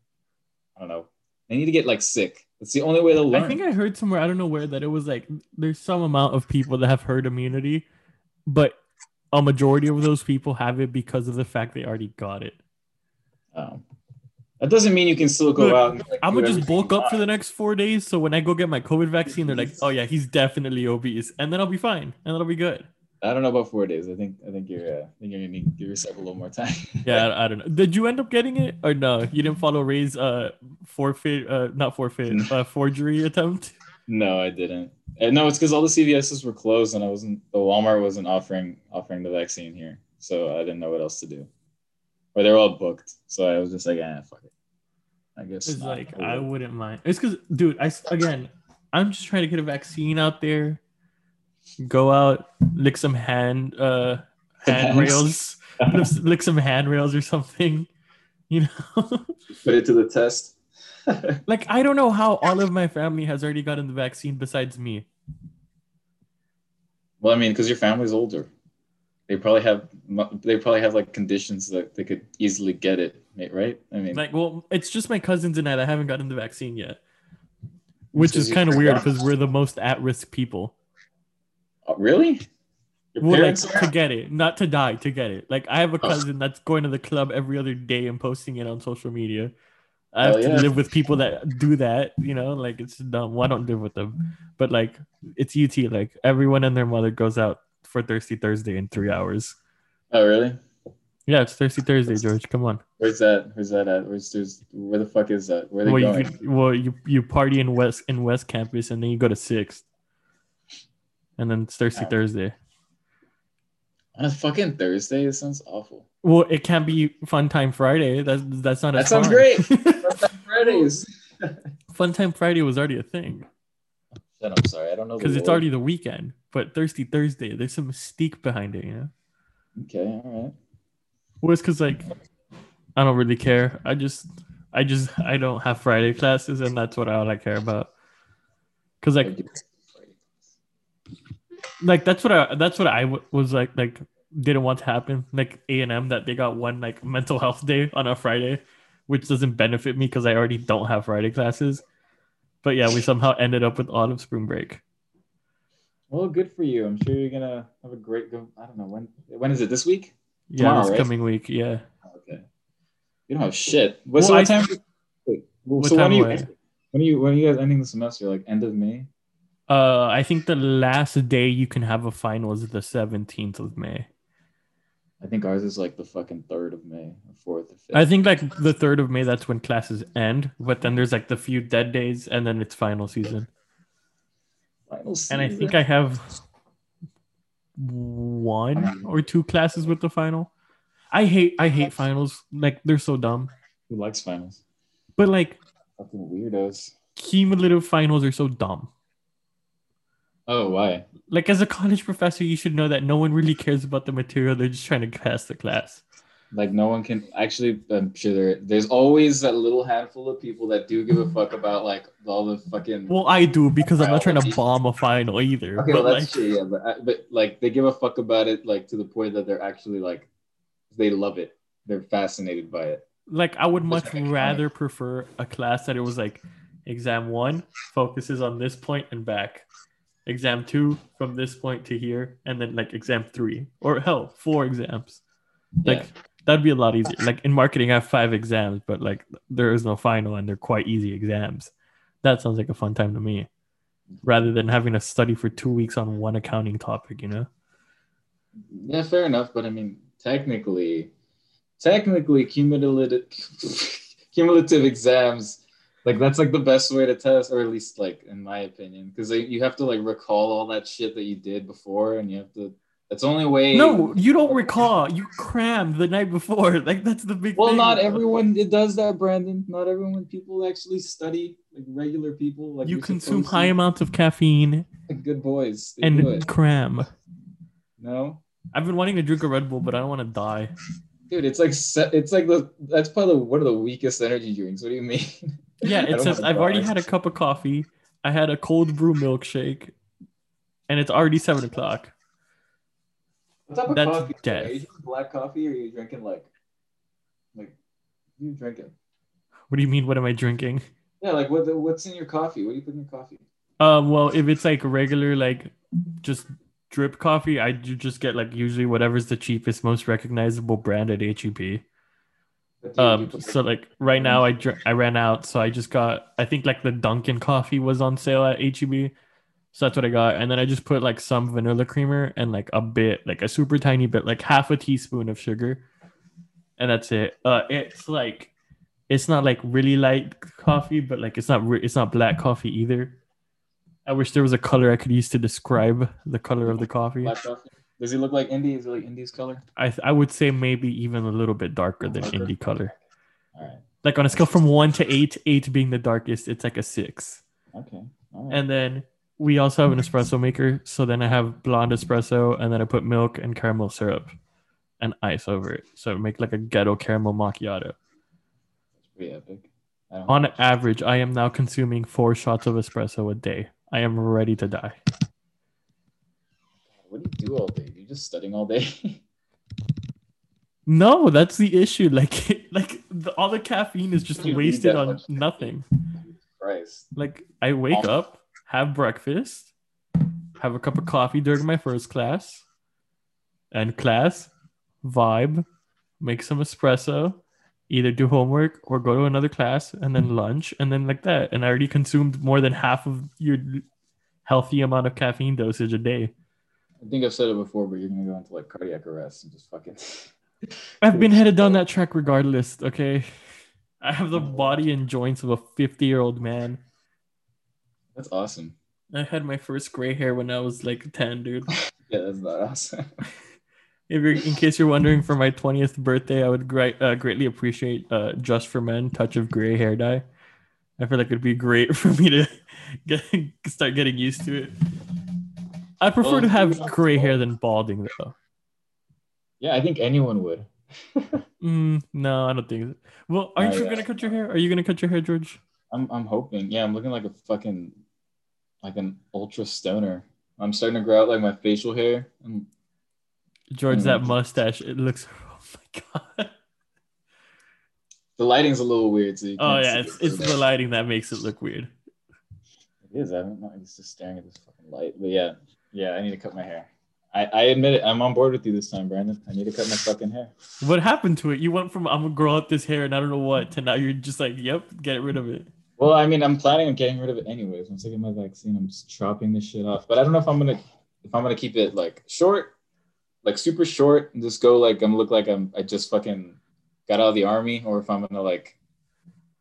[SPEAKER 1] I don't know. They need to get like sick. That's the only way they'll learn.
[SPEAKER 2] I think I heard somewhere, I don't know where, that it was like there's some amount of people that have herd immunity, but a majority of those people have it because of the fact they already got it.
[SPEAKER 1] Um, that doesn't mean you can still go
[SPEAKER 2] Look,
[SPEAKER 1] out. And, like,
[SPEAKER 2] I'm
[SPEAKER 1] do
[SPEAKER 2] gonna just
[SPEAKER 1] everything
[SPEAKER 2] bulk
[SPEAKER 1] you
[SPEAKER 2] up for
[SPEAKER 1] want.
[SPEAKER 2] the next four days. So when I go get my COVID vaccine, they're like, oh yeah, he's definitely obese. And then I'll be fine. And then I'll be good.
[SPEAKER 1] I don't know about four days. I think I think you're uh, I think you're gonna need to give yourself a little more time.
[SPEAKER 2] Yeah, I, I don't know. Did you end up getting it or no? You didn't follow Ray's uh forfeit, uh not forfeit, uh, forgery attempt.
[SPEAKER 1] No, I didn't. And no, it's because all the CVSs were closed, and I wasn't. The Walmart wasn't offering offering the vaccine here, so I didn't know what else to do. Or they were all booked, so I was just like, ah, fuck it. I guess.
[SPEAKER 2] It's
[SPEAKER 1] not.
[SPEAKER 2] like I wouldn't mind. It's because, dude, I s- again, I'm just trying to get a vaccine out there. Go out, lick some hand uh
[SPEAKER 1] Some hands.
[SPEAKER 2] handrails, lick, lick some handrails or something. You know,
[SPEAKER 1] put it to the test.
[SPEAKER 2] like I don't know how all of my family has already gotten the vaccine besides me.
[SPEAKER 1] Well, I mean, because your family's older, they probably have mu- they probably have like conditions that they could easily get it, right? I mean,
[SPEAKER 2] Like, well, it's just my cousins and I that haven't gotten the vaccine yet, which
[SPEAKER 1] Because
[SPEAKER 2] is
[SPEAKER 1] you
[SPEAKER 2] kind of weird
[SPEAKER 1] forgot.
[SPEAKER 2] because we're the most at-risk people.
[SPEAKER 1] oh, really? Your
[SPEAKER 2] Well, like
[SPEAKER 1] parents
[SPEAKER 2] to
[SPEAKER 1] are-
[SPEAKER 2] get it, not to die, to get it. Like I have a
[SPEAKER 1] Oh.
[SPEAKER 2] cousin that's going to the club every other day and posting it on social media. I have
[SPEAKER 1] Hell
[SPEAKER 2] to
[SPEAKER 1] Oh, yeah.
[SPEAKER 2] live with people that do that, you know, like it's dumb. Well, I don't live with them, but like it's UT. Like everyone and their mother goes out for Thirsty Thursday in three hours.
[SPEAKER 1] Oh, really?
[SPEAKER 2] Yeah, it's Thirsty Thursday, George. Come on.
[SPEAKER 1] Where's that? Where's that at? Where's, there's where the fuck is that? Where are they
[SPEAKER 2] Well, you
[SPEAKER 1] going?
[SPEAKER 2] could, well, you you party in West in West Campus and then you go to Sixth, and then it's Thirsty
[SPEAKER 1] Oh.
[SPEAKER 2] Thursday.
[SPEAKER 1] On a fucking Thursday? This sounds awful.
[SPEAKER 2] Well, it can't be Fun Time Friday. That's that's not
[SPEAKER 1] That
[SPEAKER 2] as
[SPEAKER 1] sounds
[SPEAKER 2] fun.
[SPEAKER 1] great. Fridays.
[SPEAKER 2] Fun Time Friday was already a thing
[SPEAKER 1] Then I'm sorry, I don't know the
[SPEAKER 2] because it's
[SPEAKER 1] word.
[SPEAKER 2] already the weekend. But Thirsty Thursday, there's some mystique behind it, you know.
[SPEAKER 1] okay. All right.
[SPEAKER 2] Well, it's because like I don't really care. I just, I just, I don't have Friday classes, and that's what all I care about. Because like, like that's what I, that's what I w- was like, like didn't want to happen. Like A and M that they got one like mental health day on a Friday, which doesn't benefit me because I already don't have Friday classes. But yeah, we somehow ended up with autumn spring break.
[SPEAKER 1] well, good for you. I'm sure you're gonna have a great. Go- I don't know when. When is it this week?
[SPEAKER 2] Yeah,
[SPEAKER 1] Tomorrow,
[SPEAKER 2] this
[SPEAKER 1] right?
[SPEAKER 2] coming week. Yeah.
[SPEAKER 1] Okay. You don't have shit. What, so
[SPEAKER 2] Well,
[SPEAKER 1] what
[SPEAKER 2] I-
[SPEAKER 1] time? Wait, well,
[SPEAKER 2] What
[SPEAKER 1] so
[SPEAKER 2] time
[SPEAKER 1] when
[SPEAKER 2] what?
[SPEAKER 1] are you? When are you? When are you guys ending the semester? Like end of May?
[SPEAKER 2] Uh, I think the last day you can have a final is the seventeenth of May.
[SPEAKER 1] I think ours is like the fucking third of May, or fourth or fifth.
[SPEAKER 2] I think like the third of May, that's when classes end. But then there's like the few dead days, and then it's final season.
[SPEAKER 1] Final
[SPEAKER 2] And I
[SPEAKER 1] season.
[SPEAKER 2] think I have one or two classes with the final. I hate I hate finals. Like they're so dumb.
[SPEAKER 1] who likes finals?
[SPEAKER 2] But like
[SPEAKER 1] Fucking weirdos.
[SPEAKER 2] cumulative finals are so dumb.
[SPEAKER 1] Oh, why?
[SPEAKER 2] Like as a college professor, you should know that no one really cares about the material. They're just trying to pass the class.
[SPEAKER 1] Like no one can actually. I'm sure there. There's always that little handful of people that do give a fuck about like all the fucking.
[SPEAKER 2] Well, I do because I'm not trying to bomb a final either.
[SPEAKER 1] okay,
[SPEAKER 2] but
[SPEAKER 1] well, that's
[SPEAKER 2] like,
[SPEAKER 1] true. Yeah, but, I- but like they give a fuck about it like to the point that they're actually like they love it. They're fascinated by it.
[SPEAKER 2] like I would
[SPEAKER 1] That's
[SPEAKER 2] much
[SPEAKER 1] kinda
[SPEAKER 2] rather prefer a class that it was like exam one focuses on this point and back, exam two from this point to here, and then like exam three or hell four exams. Like
[SPEAKER 1] Yeah.
[SPEAKER 2] that'd be a lot easier. Like in marketing, I have five exams, but like there is no final and they're quite easy exams. That sounds like a fun time to me, rather than having to study for two weeks on one accounting topic. You know.
[SPEAKER 1] Yeah, fair enough. But I mean, technically, technically, cumulative cumulative exams, like that's like the best way to test, or at least like in my opinion, because you have to like recall all that shit that you did before, and you have to. That's the only way.
[SPEAKER 2] No, you don't recall. You crammed the night before. Like that's the big.
[SPEAKER 1] Well,
[SPEAKER 2] thing.
[SPEAKER 1] not everyone it does that, Brandon. Not everyone people actually study like regular people. Like
[SPEAKER 2] you
[SPEAKER 1] you're
[SPEAKER 2] consume
[SPEAKER 1] supposed to.
[SPEAKER 2] high amounts of caffeine
[SPEAKER 1] Like, good boys. They do
[SPEAKER 2] and
[SPEAKER 1] it.
[SPEAKER 2] cram.
[SPEAKER 1] No,
[SPEAKER 2] I've been wanting to drink a Red Bull, but I don't want to die.
[SPEAKER 1] dude, it's like se- it's like the that's probably one of the weakest energy drinks. What do you mean? I
[SPEAKER 2] Yeah,
[SPEAKER 1] don't
[SPEAKER 2] it's just
[SPEAKER 1] wanna
[SPEAKER 2] I've already
[SPEAKER 1] die.
[SPEAKER 2] had a cup of coffee. I had a cold brew milkshake, and it's already seven o'clock.
[SPEAKER 1] What type of
[SPEAKER 2] That's
[SPEAKER 1] coffee?
[SPEAKER 2] death.
[SPEAKER 1] Are you drinking black coffee, or are you drinking like, like, you drinking?
[SPEAKER 2] What do you mean? What am I drinking?
[SPEAKER 1] Yeah, like what what's in your coffee? What do you put in your coffee?
[SPEAKER 2] Um, well, if it's like regular, like just drip coffee, I do just get like usually whatever's the cheapest, most recognizable brand at E HEB.
[SPEAKER 1] What do you- do you
[SPEAKER 2] Um,
[SPEAKER 1] put-
[SPEAKER 2] so like right now I dr- I ran out, so I just got I think like the Dunkin' coffee was on sale at HEB, so that's what I got, and then I just put like some vanilla creamer and like a bit, like a super tiny bit, like half a teaspoon of sugar, and that's it. Uh, it's like it's not like really light coffee, but like it's not re- it's not black coffee either. I wish there was a color I could use to describe the color of the coffee.
[SPEAKER 1] black coffee. Does he look like indie? Is it like indie's color?
[SPEAKER 2] I th- I would say maybe even a little bit darker than
[SPEAKER 1] Darker.
[SPEAKER 2] indie color.
[SPEAKER 1] All right.
[SPEAKER 2] like on a scale from one to eight, eight being the darkest, it's like a six.
[SPEAKER 1] Okay. All right.
[SPEAKER 2] And then we also have an espresso maker. So then I have blonde espresso and then I put milk and caramel syrup and ice over it. So I make like a ghetto caramel macchiato.
[SPEAKER 1] That's pretty epic. I don't
[SPEAKER 2] On average, I am now consuming four shots of espresso a day. I am ready to die.
[SPEAKER 1] What do you do all day? You're just studying all day.
[SPEAKER 2] No, that's the issue. Like, like the, all the caffeine is just
[SPEAKER 1] You need that
[SPEAKER 2] wasted on
[SPEAKER 1] much caffeine.
[SPEAKER 2] nothing.
[SPEAKER 1] Christ.
[SPEAKER 2] Like I wake up, have breakfast, have a cup of coffee during my first class, and class, vibe, make some espresso, either do homework or go to another class, and then lunch, and then like that. And I already consumed more than half of your healthy amount of caffeine dosage a day.
[SPEAKER 1] I think I've said it before, but you're gonna go into like cardiac arrest and just fucking.
[SPEAKER 2] I've been headed down that track regardless, okay? I have the body and joints of a 50 year old man.
[SPEAKER 1] That's awesome.
[SPEAKER 2] I had my first gray hair when I was like 10, dude.
[SPEAKER 1] Yeah, that's not awesome.
[SPEAKER 2] If you're, in case you're wondering, for my 20th birthday, I would great, uh, greatly appreciate uh, Just for Men Touch of Gray Hair Dye. I feel like it'd be great for me to get, start getting used to it. I prefer
[SPEAKER 1] Well,
[SPEAKER 2] to
[SPEAKER 1] you
[SPEAKER 2] have
[SPEAKER 1] don't-
[SPEAKER 2] gray hair than balding, though.
[SPEAKER 1] yeah, I think anyone would.
[SPEAKER 2] Mm, no, I don't think. So. Well, aren't
[SPEAKER 1] Oh,
[SPEAKER 2] you
[SPEAKER 1] yeah.
[SPEAKER 2] gonna cut your hair? Are you gonna cut your hair, George?
[SPEAKER 1] I'm I'm hoping. Yeah, I'm looking like a fucking like an ultra stoner. I'm starting to grow out like my facial hair. And
[SPEAKER 2] George,
[SPEAKER 1] Mm.
[SPEAKER 2] that mustache, it looks. Oh my god.
[SPEAKER 1] the lighting's a little weird, so you
[SPEAKER 2] Oh
[SPEAKER 1] can't
[SPEAKER 2] yeah,
[SPEAKER 1] see
[SPEAKER 2] it's
[SPEAKER 1] it.
[SPEAKER 2] it's the lighting that makes it look weird.
[SPEAKER 1] It is. I don't know. It's just staring at this fucking light. But yeah, yeah, I need to cut my hair. I, I admit it. I'm on board with you this time, Brandon. I need to cut my fucking hair.
[SPEAKER 2] What happened to it? You went from I'm gonna grow out this hair and I don't know what to now you're just like, yep, get rid of it.
[SPEAKER 1] Well, I mean, I'm planning on getting rid of it anyways. Once I get my vaccine, I'm just chopping this shit off. But I don't know if I'm gonna if I'm gonna keep it like short, like super short, and just go like I'm look like I'm I just fucking got out of the army, or if I'm gonna like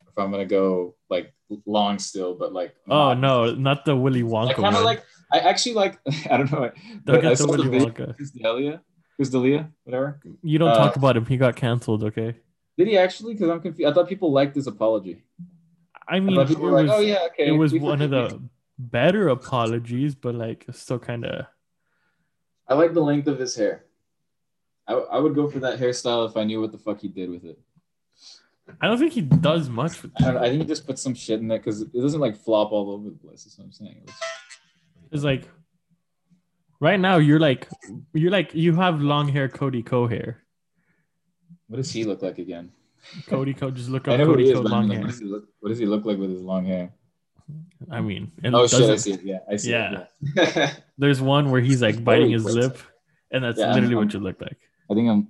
[SPEAKER 1] if I'm gonna go like long still, but like
[SPEAKER 2] Oh
[SPEAKER 1] not-
[SPEAKER 2] no, not the Willy
[SPEAKER 1] I
[SPEAKER 2] Wonka
[SPEAKER 1] kind of
[SPEAKER 2] one.
[SPEAKER 1] like I actually like I don't know.
[SPEAKER 2] Don't
[SPEAKER 1] but I
[SPEAKER 2] get the
[SPEAKER 1] saw the
[SPEAKER 2] Willy
[SPEAKER 1] video.
[SPEAKER 2] Wonka.
[SPEAKER 1] Who's Delia? Who's Delia? Whatever.
[SPEAKER 2] You don't
[SPEAKER 1] Uh,
[SPEAKER 2] talk about him. He got canceled. Okay.
[SPEAKER 1] Did he actually? Because I'm confused. I thought people liked his apology.
[SPEAKER 2] I
[SPEAKER 1] I
[SPEAKER 2] mean,
[SPEAKER 1] thought
[SPEAKER 2] it
[SPEAKER 1] people were
[SPEAKER 2] was
[SPEAKER 1] like, oh yeah, okay.
[SPEAKER 2] it was
[SPEAKER 1] we
[SPEAKER 2] one of
[SPEAKER 1] forgive you."
[SPEAKER 2] the better apologies, but like still kind of.
[SPEAKER 1] I like the length of his hair. I, I would go for that hairstyle if I knew what the fuck he did with it.
[SPEAKER 2] I don't think he does much with
[SPEAKER 1] I, don't know, I think he just put some shit in there because it doesn't like flop all over the place. Is what I'm saying. It's-
[SPEAKER 2] It's like right now you're like you're like you have long hair Cody Co hair.
[SPEAKER 1] what does he look like again?
[SPEAKER 2] Cody Co just look
[SPEAKER 1] I
[SPEAKER 2] up
[SPEAKER 1] know who he
[SPEAKER 2] Cody
[SPEAKER 1] is,
[SPEAKER 2] Co
[SPEAKER 1] but I'm
[SPEAKER 2] long
[SPEAKER 1] like, what
[SPEAKER 2] hair.
[SPEAKER 1] does he look- what does he look like with his long hair?
[SPEAKER 2] I mean, and
[SPEAKER 1] Oh shit! I
[SPEAKER 2] doesn't-
[SPEAKER 1] see it. Yeah, I see.
[SPEAKER 2] Yeah.
[SPEAKER 1] It, yeah.
[SPEAKER 2] there's one where he's like biting his
[SPEAKER 1] Cody
[SPEAKER 2] lip, and that's
[SPEAKER 1] Yeah, I'm-
[SPEAKER 2] literally what
[SPEAKER 1] I'm-
[SPEAKER 2] you look like.
[SPEAKER 1] I think I'm.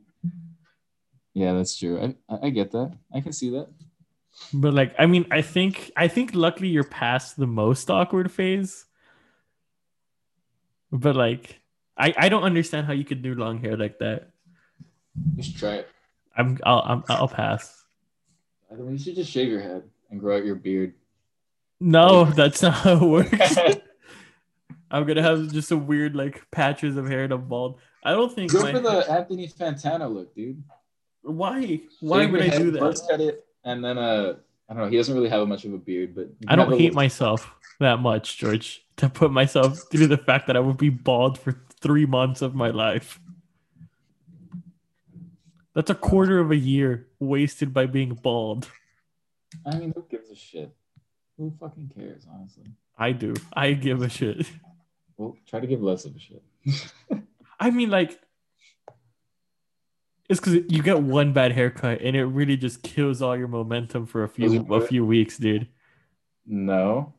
[SPEAKER 1] Yeah, that's true. I, I- I get that. I can see that.
[SPEAKER 2] But like, I mean, I think I think luckily you're past the most awkward phase. But like, I I don't understand how you could do long hair like that.
[SPEAKER 1] You should try it.
[SPEAKER 2] I'm I'll I'm, I'll pass.
[SPEAKER 1] I think you should just shave your head and grow out your beard.
[SPEAKER 2] No, that's not how it works. I'm gonna have just a weird like patches of hair and I'm bald. I don't think.
[SPEAKER 1] Go
[SPEAKER 2] my-
[SPEAKER 1] for the Anthony Fantano look, dude.
[SPEAKER 2] why? Why
[SPEAKER 1] Shave
[SPEAKER 2] would
[SPEAKER 1] your
[SPEAKER 2] I
[SPEAKER 1] head,
[SPEAKER 2] do that?
[SPEAKER 1] buzz cut it, and then uh, I don't know. He doesn't really have much of a beard, but you
[SPEAKER 2] I
[SPEAKER 1] can have
[SPEAKER 2] don't
[SPEAKER 1] a
[SPEAKER 2] hate
[SPEAKER 1] look-
[SPEAKER 2] myself that much, George, to put myself through the fact that I would be bald for three months of my life. That's a quarter of a year wasted by being bald.
[SPEAKER 1] I mean, who gives a shit? Who fucking cares, honestly?
[SPEAKER 2] I do. I give a shit.
[SPEAKER 1] Well, try to give less of a shit.
[SPEAKER 2] I mean, like, it's because you get one bad haircut and it really just kills all your momentum for a few
[SPEAKER 1] Doesn't
[SPEAKER 2] a
[SPEAKER 1] work.
[SPEAKER 2] few weeks, dude.
[SPEAKER 1] No,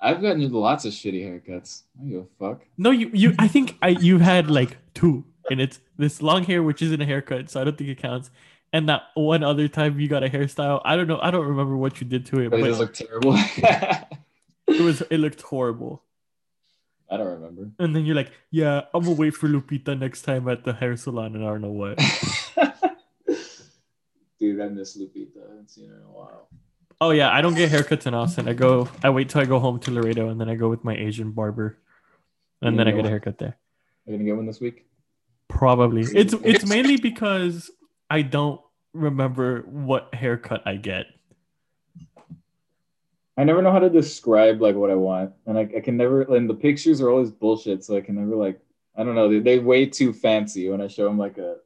[SPEAKER 1] I've gotten lots of shitty haircuts. I don't give a fuck.
[SPEAKER 2] No, you you. I think I you had like two, and it's this long hair, which isn't a haircut, so I don't think it counts. And that one other time you got a hairstyle, I don't know, I don't remember what you did to it,
[SPEAKER 1] But
[SPEAKER 2] but,
[SPEAKER 1] it does look terrible. I
[SPEAKER 2] it was it looked horrible.
[SPEAKER 1] don't remember.
[SPEAKER 2] And then you're like, yeah, I'm gonna wait for Lupita next time at the hair salon, and I don't know what.
[SPEAKER 1] Dude, I miss Lupita. I haven't seen her in a while.
[SPEAKER 2] Oh yeah, I don't get haircuts in Austin. I go, I wait till I go home to Laredo, and then I go with my Asian barber, and then I get a haircut there.
[SPEAKER 1] Are you gonna get one this week?
[SPEAKER 2] Probably. It's it's mainly because I don't remember what haircut I get.
[SPEAKER 1] I never know how to describe like what I want, and I, I can never. And the pictures are always bullshit, so I can never like. I don't know. They're, they way too fancy when I show them like a,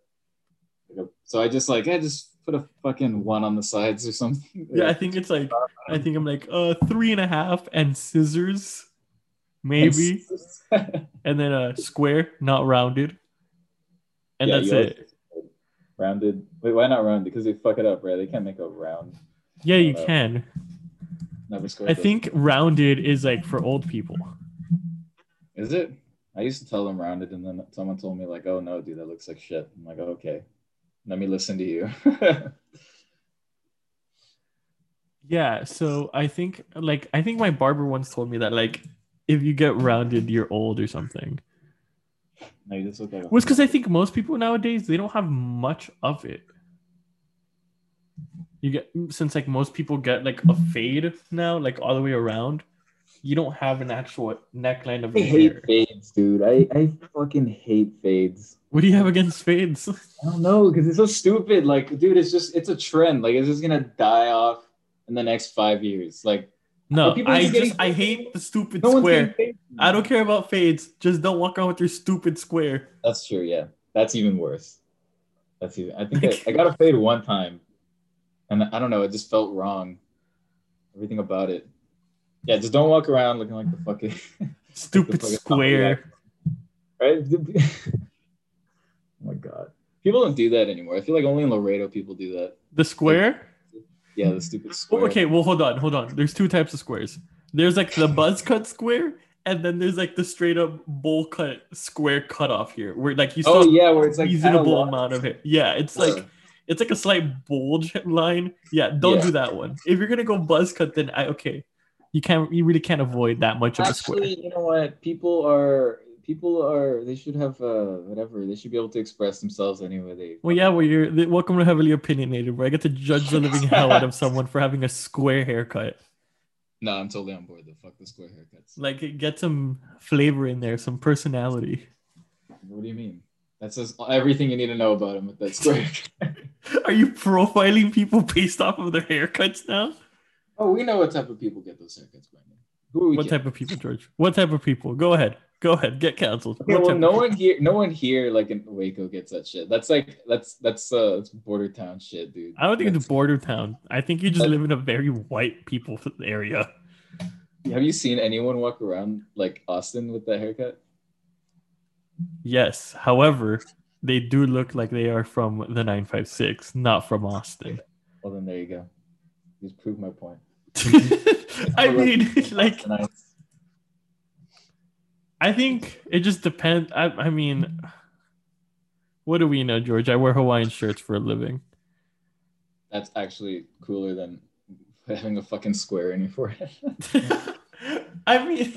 [SPEAKER 1] like a. So I just like I just put a fucking one on the sides or something.
[SPEAKER 2] Yeah, I think it's like I think I'm like uh three and a half and scissors, maybe, and then a square, not rounded, and
[SPEAKER 1] Yeah,
[SPEAKER 2] that's
[SPEAKER 1] you always-
[SPEAKER 2] it.
[SPEAKER 1] Rounded. Wait, why not rounded? Because they fuck it up, right? They can't make a round.
[SPEAKER 2] Yeah, you
[SPEAKER 1] Uh,
[SPEAKER 2] can.
[SPEAKER 1] Never square.
[SPEAKER 2] I
[SPEAKER 1] does.
[SPEAKER 2] think rounded is like for old people.
[SPEAKER 1] Is it? I used to tell them rounded, and then someone told me like, "Oh no, dude, that looks like shit." I'm like, oh, "Okay, let me listen to you."
[SPEAKER 2] Yeah, so I think like I think my barber once told me that like if you get rounded, you're old or something.
[SPEAKER 1] no, you just look like. a-
[SPEAKER 2] Was because I think most people nowadays they don't have much of it. You get since like most people get like a fade now, like all the way around. You don't have an actual neckline of
[SPEAKER 1] I
[SPEAKER 2] your
[SPEAKER 1] hate
[SPEAKER 2] hair.
[SPEAKER 1] fades, dude. I, I fucking hate fades.
[SPEAKER 2] What do you have against fades?
[SPEAKER 1] I don't know because it's so stupid. Like, dude, it's just it's a trend. Like, it's just gonna die off in the next five years. Like,
[SPEAKER 2] No,
[SPEAKER 1] But people
[SPEAKER 2] I
[SPEAKER 1] are getting-
[SPEAKER 2] just I hate the stupid
[SPEAKER 1] no one's getting
[SPEAKER 2] square.
[SPEAKER 1] fades.
[SPEAKER 2] I don't care about fades. Just don't walk around with your stupid square.
[SPEAKER 1] That's true. Yeah, that's even worse. That's even. I think I, I got a fade one time, and I don't know. It just felt wrong. Everything about it. Yeah, just don't walk around looking like the fucking
[SPEAKER 2] Stupid
[SPEAKER 1] fucking-
[SPEAKER 2] square.
[SPEAKER 1] right. oh my god, people don't do that anymore. I feel like only in Laredo people do that.
[SPEAKER 2] The square?
[SPEAKER 1] Yeah, the stupid
[SPEAKER 2] Well,
[SPEAKER 1] square.
[SPEAKER 2] okay, well, hold on, hold on. There's two types of squares. There's like the buzz cut square, and then there's like the straight up bowl cut square cutoff here, where like you still
[SPEAKER 1] Oh
[SPEAKER 2] have
[SPEAKER 1] yeah, where it's
[SPEAKER 2] a
[SPEAKER 1] like
[SPEAKER 2] reasonable
[SPEAKER 1] analog. Uh.
[SPEAKER 2] amount of hair. Yeah, it's like it's like a slight bulge line. Yeah, don't
[SPEAKER 1] Yeah.
[SPEAKER 2] do that one. If you're gonna go buzz cut, then I okay, you can't you really can't avoid that much of a square.
[SPEAKER 1] Actually, you know what? People are people are they should have uh whatever they should be able to express themselves any way they.
[SPEAKER 2] Well, yeah, well, you're th- welcome to heavily opinionated, where I get to judge the living hell out of someone for having a square haircut.
[SPEAKER 1] No, I'm totally on board. The fuck the square haircuts.
[SPEAKER 2] Like, get some flavor in there, some personality.
[SPEAKER 1] What do you mean? That says everything you need to know about him with that square.
[SPEAKER 2] Are you profiling people based off of their haircuts now?
[SPEAKER 1] oh, we know what type of people get those haircuts, Brandon. Who are we?
[SPEAKER 2] What
[SPEAKER 1] kidding?
[SPEAKER 2] type of people, George? What type of people? Go ahead. Go ahead, get canceled.
[SPEAKER 1] Yeah,
[SPEAKER 2] What
[SPEAKER 1] well,
[SPEAKER 2] type-
[SPEAKER 1] no one here, no one here, like in Waco, gets that shit. That's like that's that's uh that's border town shit, dude.
[SPEAKER 2] I don't think it's
[SPEAKER 1] That's-
[SPEAKER 2] a border town. I think you just live in a very white people area.
[SPEAKER 1] Have you seen anyone walk around like Austin with that haircut?
[SPEAKER 2] Yes. However, they do look like they are from the 956, not from Austin.
[SPEAKER 1] Well, then there you go. You just proved my point.
[SPEAKER 2] I mean, like,
[SPEAKER 1] And I-
[SPEAKER 2] I think it just depends. I, I mean, what do we know, George? I wear Hawaiian shirts for a living.
[SPEAKER 1] that's actually cooler than having a fucking square in your forehead.
[SPEAKER 2] I mean,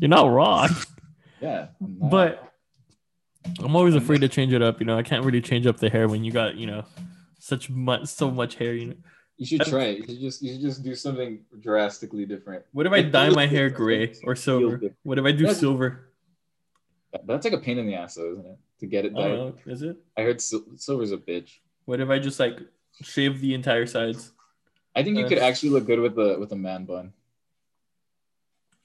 [SPEAKER 2] you're not wrong,
[SPEAKER 1] yeah, I'm not-
[SPEAKER 2] but I'm always afraid to change it up. You know, I can't really change up the hair when you got, you know, such much, so much hair. You know,
[SPEAKER 1] you should try it. You should just you should just do something drastically different.
[SPEAKER 2] what if I dye my hair gray or silver? What if I do
[SPEAKER 1] That's-
[SPEAKER 2] silver?
[SPEAKER 1] But That's like a pain in the ass, though, isn't it? To get it
[SPEAKER 2] I
[SPEAKER 1] dyed.
[SPEAKER 2] don't know. Uh, Is it?
[SPEAKER 1] I heard sil- silver's a bitch.
[SPEAKER 2] What if I just like shave the entire sides?
[SPEAKER 1] I think you could
[SPEAKER 2] Uh,
[SPEAKER 1] actually look good with a with a man bun.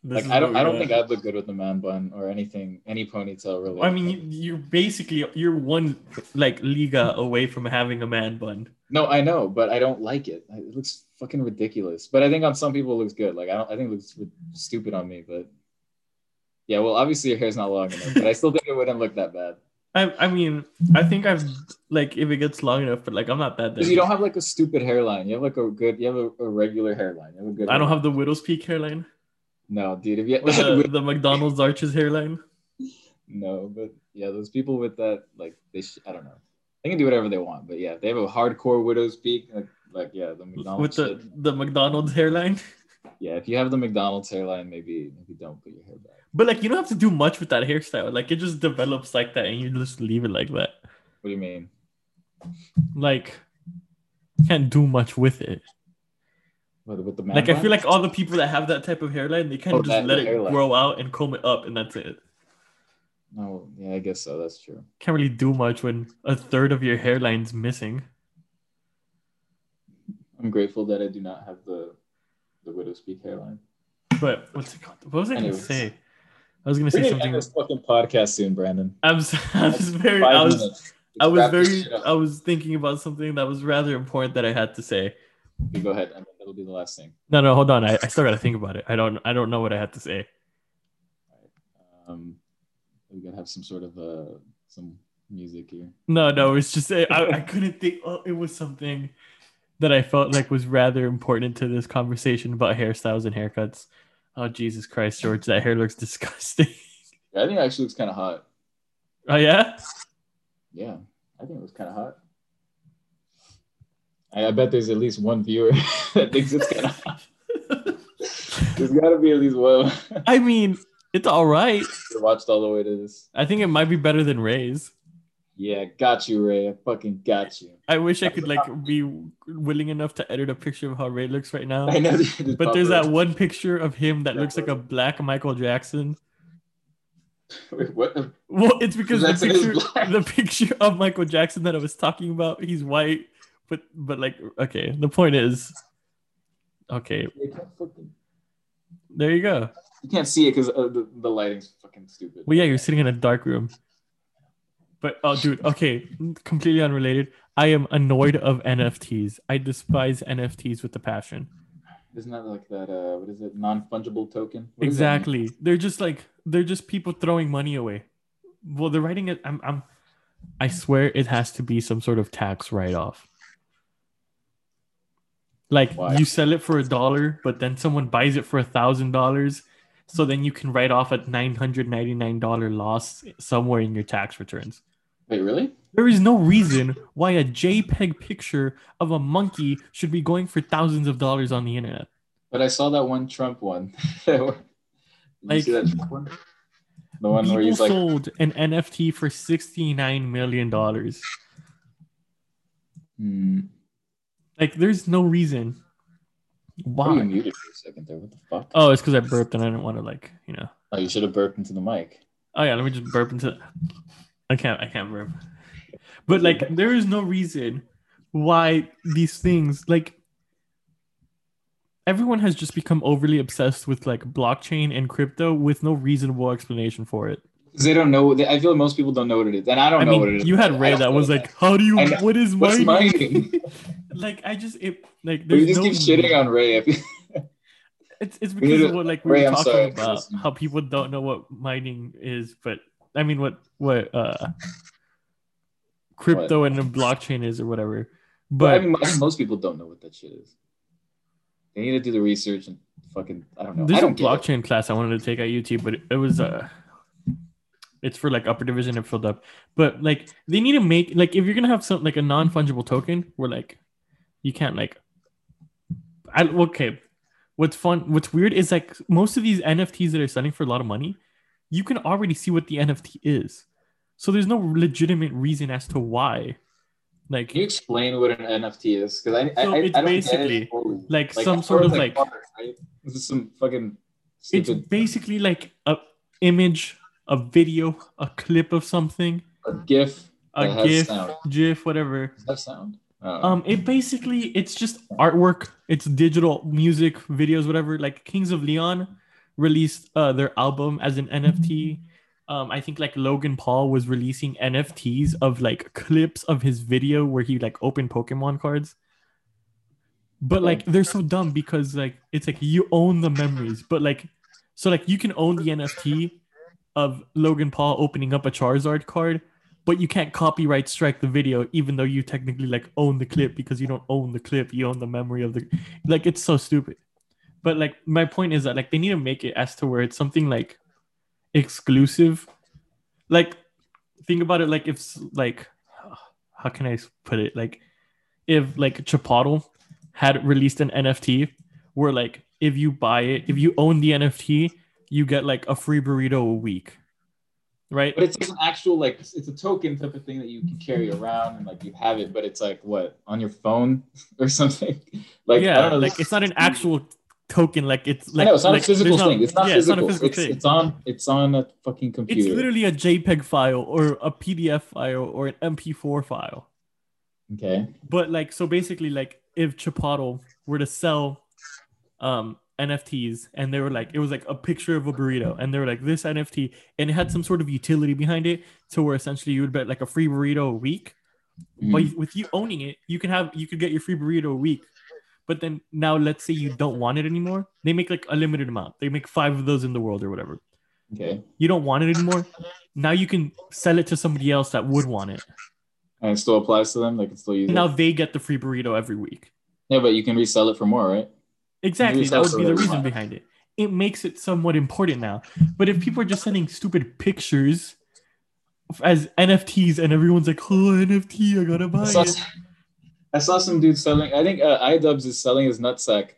[SPEAKER 2] This
[SPEAKER 1] Like
[SPEAKER 2] is
[SPEAKER 1] I don't
[SPEAKER 2] what
[SPEAKER 1] I
[SPEAKER 2] we
[SPEAKER 1] don't
[SPEAKER 2] got.
[SPEAKER 1] think I'd look good with a man bun or anything any ponytail really.
[SPEAKER 2] I mean, you- you're basically you're one like liga away from having a man bun.
[SPEAKER 1] no, I know, but I don't like it. It looks fucking ridiculous. But I think on some people it looks good. Like I don't I think it looks ri- stupid on me, but yeah, well, obviously your hair's not long enough, but I still think it wouldn't look that bad.
[SPEAKER 2] I, I mean, I think I've like if it gets long enough, but like I'm not that.
[SPEAKER 1] Because you don't
[SPEAKER 2] Have-
[SPEAKER 1] have like a stupid hairline. You have like a good. You have a, a regular hairline. You have a good.
[SPEAKER 2] I don't
[SPEAKER 1] hairline.
[SPEAKER 2] have the widow's peak hairline
[SPEAKER 1] No, dude. If you
[SPEAKER 2] or the, the McDonald's arches hairline.
[SPEAKER 1] no, but yeah, those people with that, like, they. Sh- I don't know. They can do whatever they want, but yeah, if they have a hardcore widow's peak. Like, like yeah, the
[SPEAKER 2] with
[SPEAKER 1] McDonald's.
[SPEAKER 2] the,
[SPEAKER 1] shit.
[SPEAKER 2] the McDonald's hairline.
[SPEAKER 1] Yeah, if you have the McDonald's hairline, maybe maybe don't put your hair back.
[SPEAKER 2] But like you don't have to do much with that hairstyle. Like it just develops like that and you just leave it like that.
[SPEAKER 1] What do you mean?
[SPEAKER 2] Like you can't do much with it.
[SPEAKER 1] With, with the man
[SPEAKER 2] Like I
[SPEAKER 1] bun?
[SPEAKER 2] feel like all the people that have that type of hairline, they kind
[SPEAKER 1] Oh,
[SPEAKER 2] of just
[SPEAKER 1] that-
[SPEAKER 2] let
[SPEAKER 1] the
[SPEAKER 2] it
[SPEAKER 1] hairline.
[SPEAKER 2] grow out and comb it up and that's it.
[SPEAKER 1] No, yeah, I guess so. That's true.
[SPEAKER 2] Can't really do much when a third of your hairline's missing.
[SPEAKER 1] I'm grateful that I do not have the the widow's peak hairline.
[SPEAKER 2] But what's it called? What was I gonna
[SPEAKER 1] Anyways.
[SPEAKER 2] say? I was gonna
[SPEAKER 1] We're
[SPEAKER 2] say
[SPEAKER 1] gonna end
[SPEAKER 2] something.
[SPEAKER 1] this fucking podcast soon, Brandon.
[SPEAKER 2] I'm s- I was very
[SPEAKER 1] Five
[SPEAKER 2] I was
[SPEAKER 1] minutes.
[SPEAKER 2] I
[SPEAKER 1] Let's
[SPEAKER 2] was
[SPEAKER 1] wrap this
[SPEAKER 2] very
[SPEAKER 1] shit up.
[SPEAKER 2] I was thinking about something that was rather important that I had to say.
[SPEAKER 1] Okay, go ahead. I mean, that'll be the last thing.
[SPEAKER 2] No, no, hold on. I, I still gotta think about it. I don't I don't know what I had to say.
[SPEAKER 1] Um, we gotta have some sort of uh, some music here.
[SPEAKER 2] No, no, it's just I, I couldn't think. Oh, it was something that I felt like was rather important to this conversation about hairstyles and haircuts. Oh Jesus Christ, George, that hair looks disgusting.
[SPEAKER 1] Yeah, I think it actually looks kind of hot.
[SPEAKER 2] oh yeah,
[SPEAKER 1] Yeah, I think it was kind of hot. I, I bet there's at least one viewer that thinks it's kind of hot. There's gotta be at least one that
[SPEAKER 2] I mean it's all right.
[SPEAKER 1] watched all the way to this.
[SPEAKER 2] I think it might be better than Ray's.
[SPEAKER 1] Yeah, got you, Ray. I fucking got you.
[SPEAKER 2] I wish I could like be willing enough to edit a picture of how Ray looks right now.
[SPEAKER 1] I know.
[SPEAKER 2] But there's that one picture of him that looks like a black Michael Jackson.
[SPEAKER 1] Wait, what? the-
[SPEAKER 2] Well, it's because the
[SPEAKER 1] Jackson is
[SPEAKER 2] picture,
[SPEAKER 1] black.
[SPEAKER 2] the picture of Michael Jackson that I was talking about, he's white, but but like okay, the point is, okay,
[SPEAKER 1] You can't, fucking-
[SPEAKER 2] there you go.
[SPEAKER 1] you can't see it because uh, the, the lighting's fucking stupid.
[SPEAKER 2] Well, yeah, you're sitting in a dark room. But oh, dude, okay, completely unrelated. I am annoyed of NFTs. I despise NFTs with a passion.
[SPEAKER 1] Isn't that like that? Uh, what is it? Non fungible token. What does that mean?
[SPEAKER 2] Exactly. They're just like they're just people throwing money away. Well, they're writing it. I'm. I'm. I swear it has to be some sort of tax write-off. Like
[SPEAKER 1] Why?
[SPEAKER 2] you sell it for a dollar, but then someone buys it for a thousand dollars, so then you can write off a nine hundred ninety-nine dollar loss somewhere in your tax returns.
[SPEAKER 1] Wait, really?
[SPEAKER 2] There is no reason why a JPEG picture of a monkey should be going for thousands of dollars on the internet.
[SPEAKER 1] But I saw that one Trump one. Did you
[SPEAKER 2] Like-
[SPEAKER 1] see that Trump one? The one where
[SPEAKER 2] People
[SPEAKER 1] he's like,
[SPEAKER 2] sold an NFT for sixty-nine million dollars.
[SPEAKER 1] hmm,
[SPEAKER 2] Like, there's no reason
[SPEAKER 1] why are you
[SPEAKER 2] why.
[SPEAKER 1] muted for a second there? What the fuck?
[SPEAKER 2] Oh, it's because I burped and I didn't want to, like, you know.
[SPEAKER 1] Oh, you should have burped into the mic.
[SPEAKER 2] Oh yeah, let me just burp into. I can't. I can't burp. But like, there is no reason why these things like. everyone has just become overly obsessed with like blockchain and crypto with no reasonable explanation for it.
[SPEAKER 1] 'Cause They don't know. They, I feel most people don't know what it is, and I don't
[SPEAKER 2] I
[SPEAKER 1] know what
[SPEAKER 2] mean,
[SPEAKER 1] it is.
[SPEAKER 2] you
[SPEAKER 1] I
[SPEAKER 2] had Ray
[SPEAKER 1] don't
[SPEAKER 2] that
[SPEAKER 1] know
[SPEAKER 2] was
[SPEAKER 1] what
[SPEAKER 2] like, "How do you?
[SPEAKER 1] I know.
[SPEAKER 2] What is
[SPEAKER 1] What's
[SPEAKER 2] mining?"
[SPEAKER 1] mining?
[SPEAKER 2] like, I just it like
[SPEAKER 1] But you
[SPEAKER 2] there's
[SPEAKER 1] just
[SPEAKER 2] no
[SPEAKER 1] keep shitting on Ray. I feel-
[SPEAKER 2] It's it's
[SPEAKER 1] need
[SPEAKER 2] because of
[SPEAKER 1] to-
[SPEAKER 2] what like we
[SPEAKER 1] Ray,
[SPEAKER 2] were
[SPEAKER 1] I'm
[SPEAKER 2] talking
[SPEAKER 1] sorry.
[SPEAKER 2] about how people don't know what mining is, but I mean what what uh crypto and blockchain is or whatever.
[SPEAKER 1] But I
[SPEAKER 2] But
[SPEAKER 1] mean, I think most people don't know what that shit is. They need to do the research and fucking. I don't know.
[SPEAKER 2] There's
[SPEAKER 1] I
[SPEAKER 2] a
[SPEAKER 1] don't get it.
[SPEAKER 2] blockchain class I wanted to take at UT, but it was uh it's for like upper division and filled up. But like they need to make like if you're gonna have some like a non-fungible token where like you can't like I okay. What's fun what's weird is like most of these NFTs that are selling for a lot of money, you can already see what the NFT is. So there's no legitimate reason as to why. Like
[SPEAKER 1] Can you explain what an NFT is? Because I,
[SPEAKER 2] So
[SPEAKER 1] I, I,
[SPEAKER 2] it's
[SPEAKER 1] I don't
[SPEAKER 2] basically
[SPEAKER 1] get it. fully.
[SPEAKER 2] like,
[SPEAKER 1] Like,
[SPEAKER 2] some
[SPEAKER 1] I
[SPEAKER 2] sort
[SPEAKER 1] heard,
[SPEAKER 2] of like
[SPEAKER 1] water, right? This is some fucking
[SPEAKER 2] it's
[SPEAKER 1] stupid
[SPEAKER 2] basically like a image a video a clip of something
[SPEAKER 1] a GIF
[SPEAKER 2] a
[SPEAKER 1] that has
[SPEAKER 2] gif
[SPEAKER 1] sound.
[SPEAKER 2] gif whatever
[SPEAKER 1] Does that sound? Uh,
[SPEAKER 2] um it basically it's just artwork it's digital music videos whatever like kings of leon released uh, their album as an nft um i think like logan paul was releasing nfts of like clips of his video where he like opened pokemon cards but
[SPEAKER 1] Okay.
[SPEAKER 2] like they're so dumb because like it's like you own the memories but like so like you can own the nft of logan paul opening up a charizard card but you can't copyright strike the video even though you technically like own the clip because you don't own the clip you own the memory of the like it's so stupid but like my point is that like they need to make it as to where it's something like exclusive like think about it like if s- like how can i s- put it like if like chipotle had released an nft where like if you buy it if you own the nft you get like a free burrito a week right
[SPEAKER 1] but it's like an actual like it's it's a token type of thing that you can carry around and like you have it, but it's like what on your phone or something. Like I
[SPEAKER 2] yeah,
[SPEAKER 1] don't know,
[SPEAKER 2] like
[SPEAKER 1] this-
[SPEAKER 2] it's not an actual token. Like it's
[SPEAKER 1] I
[SPEAKER 2] like
[SPEAKER 1] know it's not
[SPEAKER 2] like,
[SPEAKER 1] a physical
[SPEAKER 2] there's
[SPEAKER 1] thing. It's not
[SPEAKER 2] yeah,
[SPEAKER 1] physical.
[SPEAKER 2] It's not a physical
[SPEAKER 1] it's,
[SPEAKER 2] thing.
[SPEAKER 1] it's on it's on a fucking
[SPEAKER 2] It's,
[SPEAKER 1] computer.
[SPEAKER 2] literally a JPEG file or a PDF file or an MP4 file.
[SPEAKER 1] okay.
[SPEAKER 2] But like, so basically, like if Chipotle were to sell um NFTs and they were like, it was like a picture of a burrito, and they were like, this NFT, and it had some sort of utility behind it, to where essentially you would bet like a free burrito a week. But
[SPEAKER 1] Mhm.
[SPEAKER 2] you- with you owning it, you can have you could get your free burrito a week. But then now let's say you don't want it anymore. They make like a limited amount. They make five of those in the world or whatever.
[SPEAKER 1] Mm-hmm. Okay.
[SPEAKER 2] You don't want it anymore. Now you can sell it to somebody else that would want it.
[SPEAKER 1] And it still applies to them. They can still use
[SPEAKER 2] And now
[SPEAKER 1] it.
[SPEAKER 2] they get the free burrito every week.
[SPEAKER 1] Yeah, but you can resell it for more, right?
[SPEAKER 2] Exactly.
[SPEAKER 1] Maybe
[SPEAKER 2] That
[SPEAKER 1] that's
[SPEAKER 2] would be the
[SPEAKER 1] what they
[SPEAKER 2] reason
[SPEAKER 1] want.
[SPEAKER 2] behind it. It makes it somewhat important now. But if people are just sending stupid pictures as NFTs and everyone's like, oh, NFT, I gotta buy
[SPEAKER 1] I saw,
[SPEAKER 2] it.
[SPEAKER 1] I saw some dude selling. I think uh, iDubbbz is selling his nutsack.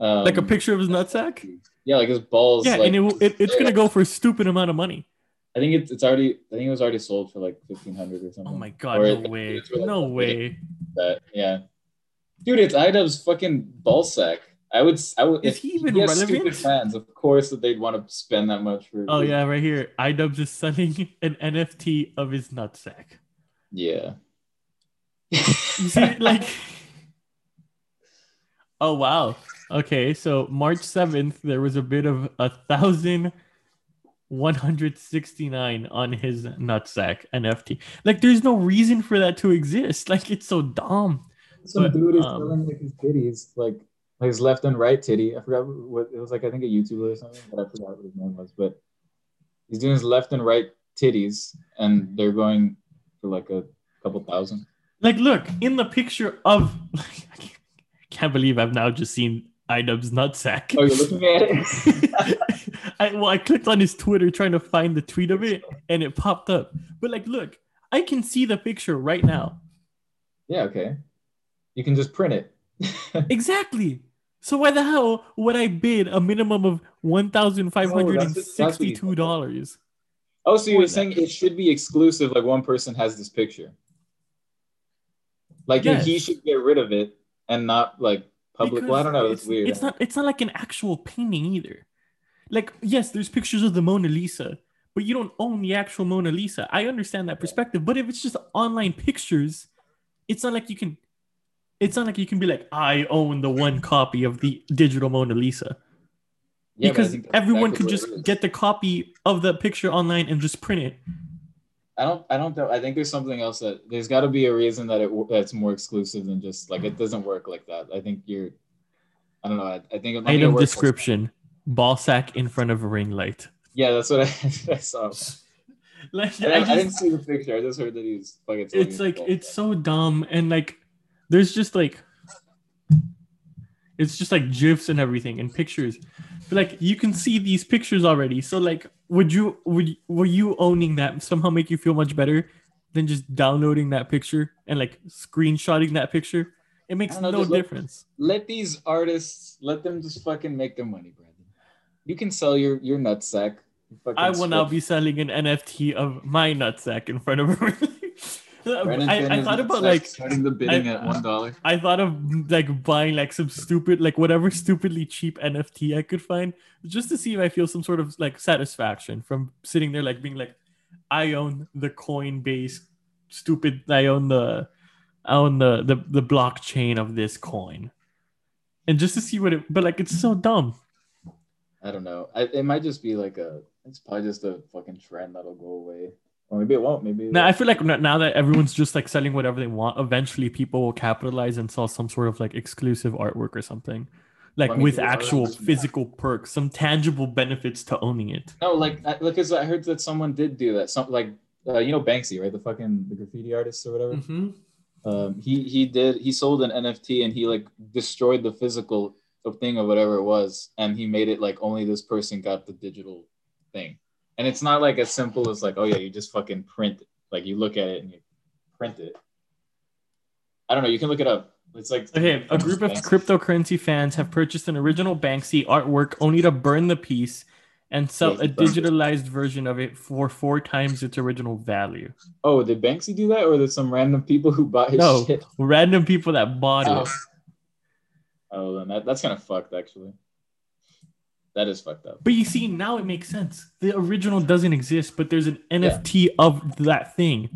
[SPEAKER 1] Um,
[SPEAKER 2] Like a picture of his nutsack?
[SPEAKER 1] Yeah, like his balls.
[SPEAKER 2] Yeah,
[SPEAKER 1] like,
[SPEAKER 2] and it, will- it, it's gonna go for a stupid amount of money.
[SPEAKER 1] I think it's, it's already. I think it was already sold for like fifteen hundred or something.
[SPEAKER 2] Oh my god,
[SPEAKER 1] Or
[SPEAKER 2] no
[SPEAKER 1] it-
[SPEAKER 2] way.
[SPEAKER 1] it's really
[SPEAKER 2] no way.
[SPEAKER 1] That yeah, dude, it's iDubbbz fucking ball sack. I would. s- I would.
[SPEAKER 2] Is
[SPEAKER 1] if
[SPEAKER 2] he even
[SPEAKER 1] has
[SPEAKER 2] relevant?
[SPEAKER 1] Stupid fans, of course, that they'd want to spend that much for.
[SPEAKER 2] Oh yeah, right here. iDubbbz is selling an NFT of his nutsack.
[SPEAKER 1] Yeah.
[SPEAKER 2] You see, like Oh wow. Okay, so March 7th, there was a bid of a thousand one hundred sixty-nine on his nutsack NFT. Like there's no reason for that to exist. Like it's so dumb.
[SPEAKER 1] Some
[SPEAKER 2] But,
[SPEAKER 1] dude is
[SPEAKER 2] um,
[SPEAKER 1] selling like his titties, like like his left and right titty. I forgot what it was like. I think a YouTuber or something, but I forgot what his name was. But he's doing his left and right titties, and they're going for like a couple thousand.
[SPEAKER 2] Like, look in the picture of. Like, I can't- can't believe I've now just seen Idub's nutsack.
[SPEAKER 1] Oh, you're looking at it.
[SPEAKER 2] I, well, I clicked on his Twitter trying to find the tweet of it, and it popped up. But like, look, I can see the picture right now.
[SPEAKER 1] yeah. Okay. You can just print it.
[SPEAKER 2] Exactly. So why the hell would I bid a minimum of one thousand five hundred and sixty-two dollars?
[SPEAKER 1] Oh, so you were
[SPEAKER 2] Wait,
[SPEAKER 1] saying it should be exclusive? Like one person has this picture. Like
[SPEAKER 2] Yes.
[SPEAKER 1] he should get rid of it and not like public. well, I don't know. It's,
[SPEAKER 2] It's,
[SPEAKER 1] weird.
[SPEAKER 2] It's not. It's not like an actual painting either. Like, yes, there's pictures of the Mona Lisa, but you don't own the actual Mona Lisa. I understand that perspective, but if it's just online pictures, it's not like you can It's not like you can be like, I own the one copy of the digital Mona Lisa.
[SPEAKER 1] Yeah, but I
[SPEAKER 2] because
[SPEAKER 1] think that's
[SPEAKER 2] everyone
[SPEAKER 1] exactly
[SPEAKER 2] could
[SPEAKER 1] what it
[SPEAKER 2] just
[SPEAKER 1] is.
[SPEAKER 2] get the copy of the picture online and just print it.
[SPEAKER 1] I don't. I don't know. I think there's something else that there's got to be a reason that it that's more exclusive than just like it doesn't work like that. I think you're. I don't know. I, I think it might be a
[SPEAKER 2] Item
[SPEAKER 1] work-
[SPEAKER 2] description: ball sack in front of ring light.
[SPEAKER 1] Yeah, that's what I, I saw.
[SPEAKER 2] Like
[SPEAKER 1] I, I
[SPEAKER 2] I
[SPEAKER 1] didn't
[SPEAKER 2] just,
[SPEAKER 1] see the picture. I just heard that he's fucking. telling
[SPEAKER 2] it's like
[SPEAKER 1] people.
[SPEAKER 2] it's so dumb and like there's just like it's just like gifs and everything and pictures. But like you can see these pictures already. So like would you would were you owning that somehow make you feel much better than just downloading that picture and like screenshotting that picture? It makes
[SPEAKER 1] don't know,
[SPEAKER 2] no
[SPEAKER 1] just look-
[SPEAKER 2] difference.
[SPEAKER 1] let these artists let them just fucking make their money, Brandon. You can sell your your nutsack. You fucking
[SPEAKER 2] I will now
[SPEAKER 1] spread-
[SPEAKER 2] be selling an NFT of my nutsack in front of her.
[SPEAKER 1] Brandon
[SPEAKER 2] I, I
[SPEAKER 1] Sander's
[SPEAKER 2] thought about
[SPEAKER 1] nutsack
[SPEAKER 2] like
[SPEAKER 1] starting the bidding
[SPEAKER 2] I-
[SPEAKER 1] at one dollar.
[SPEAKER 2] I thought of like buying like some stupid like whatever stupidly cheap NFT I could find just to see if I feel some sort of like satisfaction from sitting there like being like I own the Coinbase stupid I own the I own the the, the blockchain of this coin. And just to see what it but like it's so dumb.
[SPEAKER 1] I don't know. I, it might just be like a. It's probably just a fucking trend that'll go away, or maybe it won't. Maybe
[SPEAKER 2] Now
[SPEAKER 1] it'll-
[SPEAKER 2] I feel like n- now that everyone's just like selling whatever they want, eventually people will capitalize and sell some sort of like exclusive artwork or something, like
[SPEAKER 1] I mean,
[SPEAKER 2] with
[SPEAKER 1] people are
[SPEAKER 2] actual
[SPEAKER 1] just-
[SPEAKER 2] physical perks, some tangible benefits to owning it.
[SPEAKER 1] No, like I- like, cause I heard that someone did do that. Some like uh, you know Banksy, right? The fucking the graffiti artist or whatever.
[SPEAKER 2] Mm-hmm.
[SPEAKER 1] Um, he he did he sold an NFT and he like destroyed the physical thing or whatever it was, and he made it like only this person got the digital thing. And it's not like as simple as like oh yeah, you just fucking print it. Like you look at it and you print it. I don't know. You can look it up. It's like
[SPEAKER 2] Okay, a group of cryptocurrency fans have purchased an original Banksy artwork only to burn the piece and sell
[SPEAKER 1] Yes,
[SPEAKER 2] a
[SPEAKER 1] burn it.
[SPEAKER 2] digitalized version of it for four times its original value.
[SPEAKER 1] oh did Banksy do that or did some random people who bought his
[SPEAKER 2] No,
[SPEAKER 1] shit?
[SPEAKER 2] random people that bought it.
[SPEAKER 1] Oh. Oh, then that, that's kind of fucked actually. That is fucked up.
[SPEAKER 2] But you see, now it makes sense. The original doesn't exist, but there's an NFT of that thing.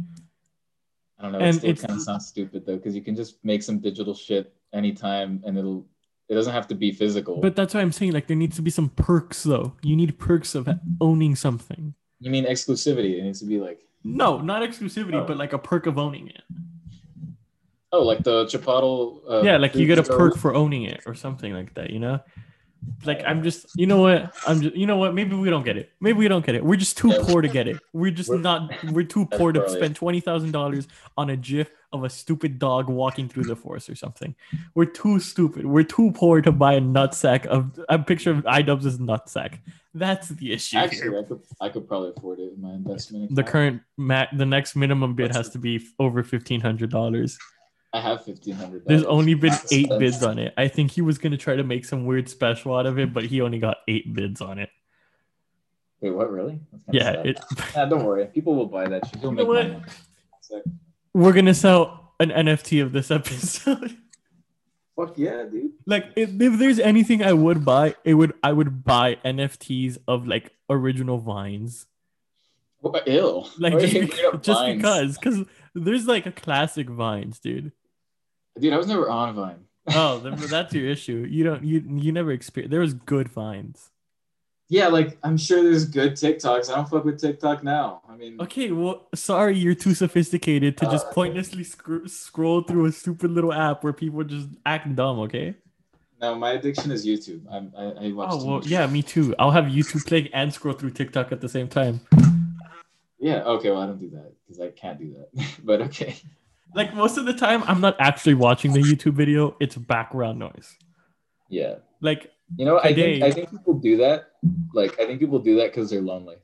[SPEAKER 1] I don't know.
[SPEAKER 2] And
[SPEAKER 1] it still
[SPEAKER 2] it's-
[SPEAKER 1] kind of sounds stupid though, because you can just make some digital shit anytime, and it'll it doesn't have to be physical.
[SPEAKER 2] But that's why I'm saying, like, there needs to be some perks, though. You need perks of owning something.
[SPEAKER 1] you mean exclusivity? It needs to be like
[SPEAKER 2] No, not exclusivity,
[SPEAKER 1] Oh.
[SPEAKER 2] but like a perk of owning it.
[SPEAKER 1] oh, like the Chipotle. Uh,
[SPEAKER 2] yeah, like you get a
[SPEAKER 1] Fruit
[SPEAKER 2] perk for owning it or something like that, you know? Like I'm just, you know what? I'm just, you know what? Maybe we don't get it. Maybe we don't get it. We're just too
[SPEAKER 1] Yeah.
[SPEAKER 2] poor to get it. We're just
[SPEAKER 1] We're-
[SPEAKER 2] not. We're too poor to
[SPEAKER 1] probably it.
[SPEAKER 2] spend twenty thousand dollars on a GIF of a stupid dog walking through the forest or something. We're too stupid. We're too poor to buy a nutsack of a picture of iDubbbz's nutsack. That's the
[SPEAKER 1] Show.
[SPEAKER 2] issue. here.
[SPEAKER 1] Actually, I could I could probably afford it in my investment.
[SPEAKER 2] The
[SPEAKER 1] account.
[SPEAKER 2] current ma- the next minimum bid
[SPEAKER 1] What's
[SPEAKER 2] has to be f- over fifteen hundred dollars.
[SPEAKER 1] I have fifteen hundred.
[SPEAKER 2] There's only been eight bids on it. I think he was gonna try to make some weird special out of it, but he only got eight bids on it.
[SPEAKER 1] Wait, what? Really? That's kinda
[SPEAKER 2] Yeah,
[SPEAKER 1] sad.
[SPEAKER 2] it,
[SPEAKER 1] Nah, don't worry. People will buy that shit. You'll
[SPEAKER 2] You
[SPEAKER 1] make
[SPEAKER 2] know
[SPEAKER 1] money.
[SPEAKER 2] what?
[SPEAKER 1] So,
[SPEAKER 2] we're gonna sell an NFT of this episode.
[SPEAKER 1] fuck yeah, dude.
[SPEAKER 2] like, if, if there's anything I would buy, it would I would buy NFTs of like original vines,
[SPEAKER 1] What, ill.
[SPEAKER 2] like just, bec- just because, because there's like a classic vines, dude.
[SPEAKER 1] Dude, I was never on Vine.
[SPEAKER 2] Oh, then that's your issue. You don't you you never experience. There was good vines.
[SPEAKER 1] Yeah, like I'm sure there's good TikToks. I don't fuck with TikTok now. I mean,
[SPEAKER 2] Okay, well, sorry, you're too sophisticated to just pointlessly scr- scroll through a stupid little app where people just act dumb. Okay.
[SPEAKER 1] no, my addiction is YouTube. I'm, I, I watch.
[SPEAKER 2] Oh
[SPEAKER 1] too
[SPEAKER 2] well,
[SPEAKER 1] much.
[SPEAKER 2] yeah, me too. I'll have YouTube playing and scroll through TikTok at the same time.
[SPEAKER 1] Yeah. Okay. Well, I don't do that because I can't do that. but okay.
[SPEAKER 2] Like most of the time, I'm not actually watching the YouTube video; it's background noise.
[SPEAKER 1] Yeah.
[SPEAKER 2] Like,
[SPEAKER 1] You know,
[SPEAKER 2] Today-
[SPEAKER 1] I think I think people do that. Like, I think people do that because they're lonely.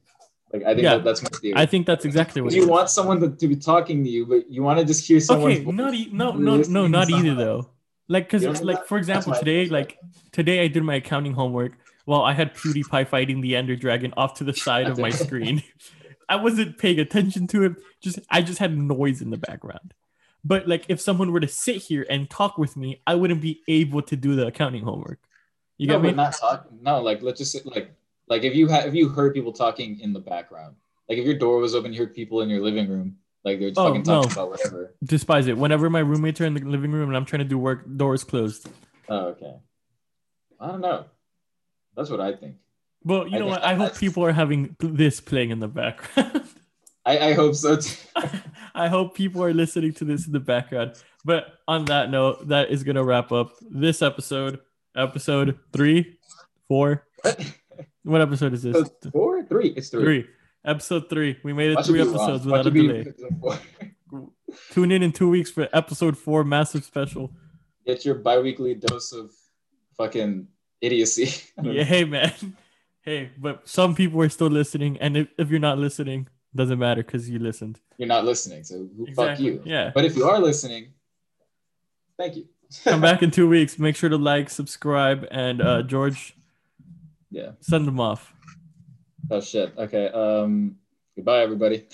[SPEAKER 1] Like, I think
[SPEAKER 2] Yeah.
[SPEAKER 1] that, that's my theory.
[SPEAKER 2] I think that's exactly what.
[SPEAKER 1] you
[SPEAKER 2] it is.
[SPEAKER 1] want someone to, to be talking to you, but you want to just hear someone.
[SPEAKER 2] Okay, not e- no, no, no, not either though. Like, cause
[SPEAKER 1] You don't do
[SPEAKER 2] like
[SPEAKER 1] that?
[SPEAKER 2] for example,
[SPEAKER 1] my-
[SPEAKER 2] today, like today, I did my accounting homework while I had PewDiePie fighting the Ender Dragon off to the side of my screen. I wasn't paying attention to it. Just I just had noise in the background. But like, if someone were to sit here and talk with me, I wouldn't be able to do the accounting homework. You
[SPEAKER 1] no,
[SPEAKER 2] get me?
[SPEAKER 1] but not talking. No, like let's just say, like like if you have if you heard people talking in the background, like if your door was open, you heard people in your living room. Like they're just
[SPEAKER 2] Oh,
[SPEAKER 1] fucking talking
[SPEAKER 2] no.
[SPEAKER 1] about whatever.
[SPEAKER 2] Despise it. Whenever my roommates are in the living room and I'm trying to do work, doors closed.
[SPEAKER 1] Oh, okay. I don't know. That's what I think.
[SPEAKER 2] Well, you
[SPEAKER 1] I
[SPEAKER 2] know
[SPEAKER 1] guess
[SPEAKER 2] what? I hope
[SPEAKER 1] that's-
[SPEAKER 2] people are having this playing in the background.
[SPEAKER 1] I, I hope so too.
[SPEAKER 2] I hope people are listening to this in the background. But on that note, that is gonna wrap up this episode. Episode three, four.
[SPEAKER 1] What?
[SPEAKER 2] What episode is this?
[SPEAKER 1] Episode Four, three. It's three.
[SPEAKER 2] Three. Episode three. We made it
[SPEAKER 1] Watch
[SPEAKER 2] three
[SPEAKER 1] it be wrong.
[SPEAKER 2] episodes
[SPEAKER 1] Watch
[SPEAKER 2] without a
[SPEAKER 1] it be
[SPEAKER 2] delay.
[SPEAKER 1] episode four.
[SPEAKER 2] Tune in in two weeks for episode four, massive special.
[SPEAKER 1] Get your biweekly dose of fucking idiocy. I don't
[SPEAKER 2] Yeah, hey man. Hey, but some people are still listening, and if, if you're not listening, doesn't matter because you listened.
[SPEAKER 1] you're not listening, so who fuck you.
[SPEAKER 2] Yeah.
[SPEAKER 1] But if you are listening, thank you.
[SPEAKER 2] Come back in two weeks. Make sure to like, subscribe, and uh, George,
[SPEAKER 1] Yeah.
[SPEAKER 2] send them off.
[SPEAKER 1] Oh shit. Okay. Um. Goodbye, everybody.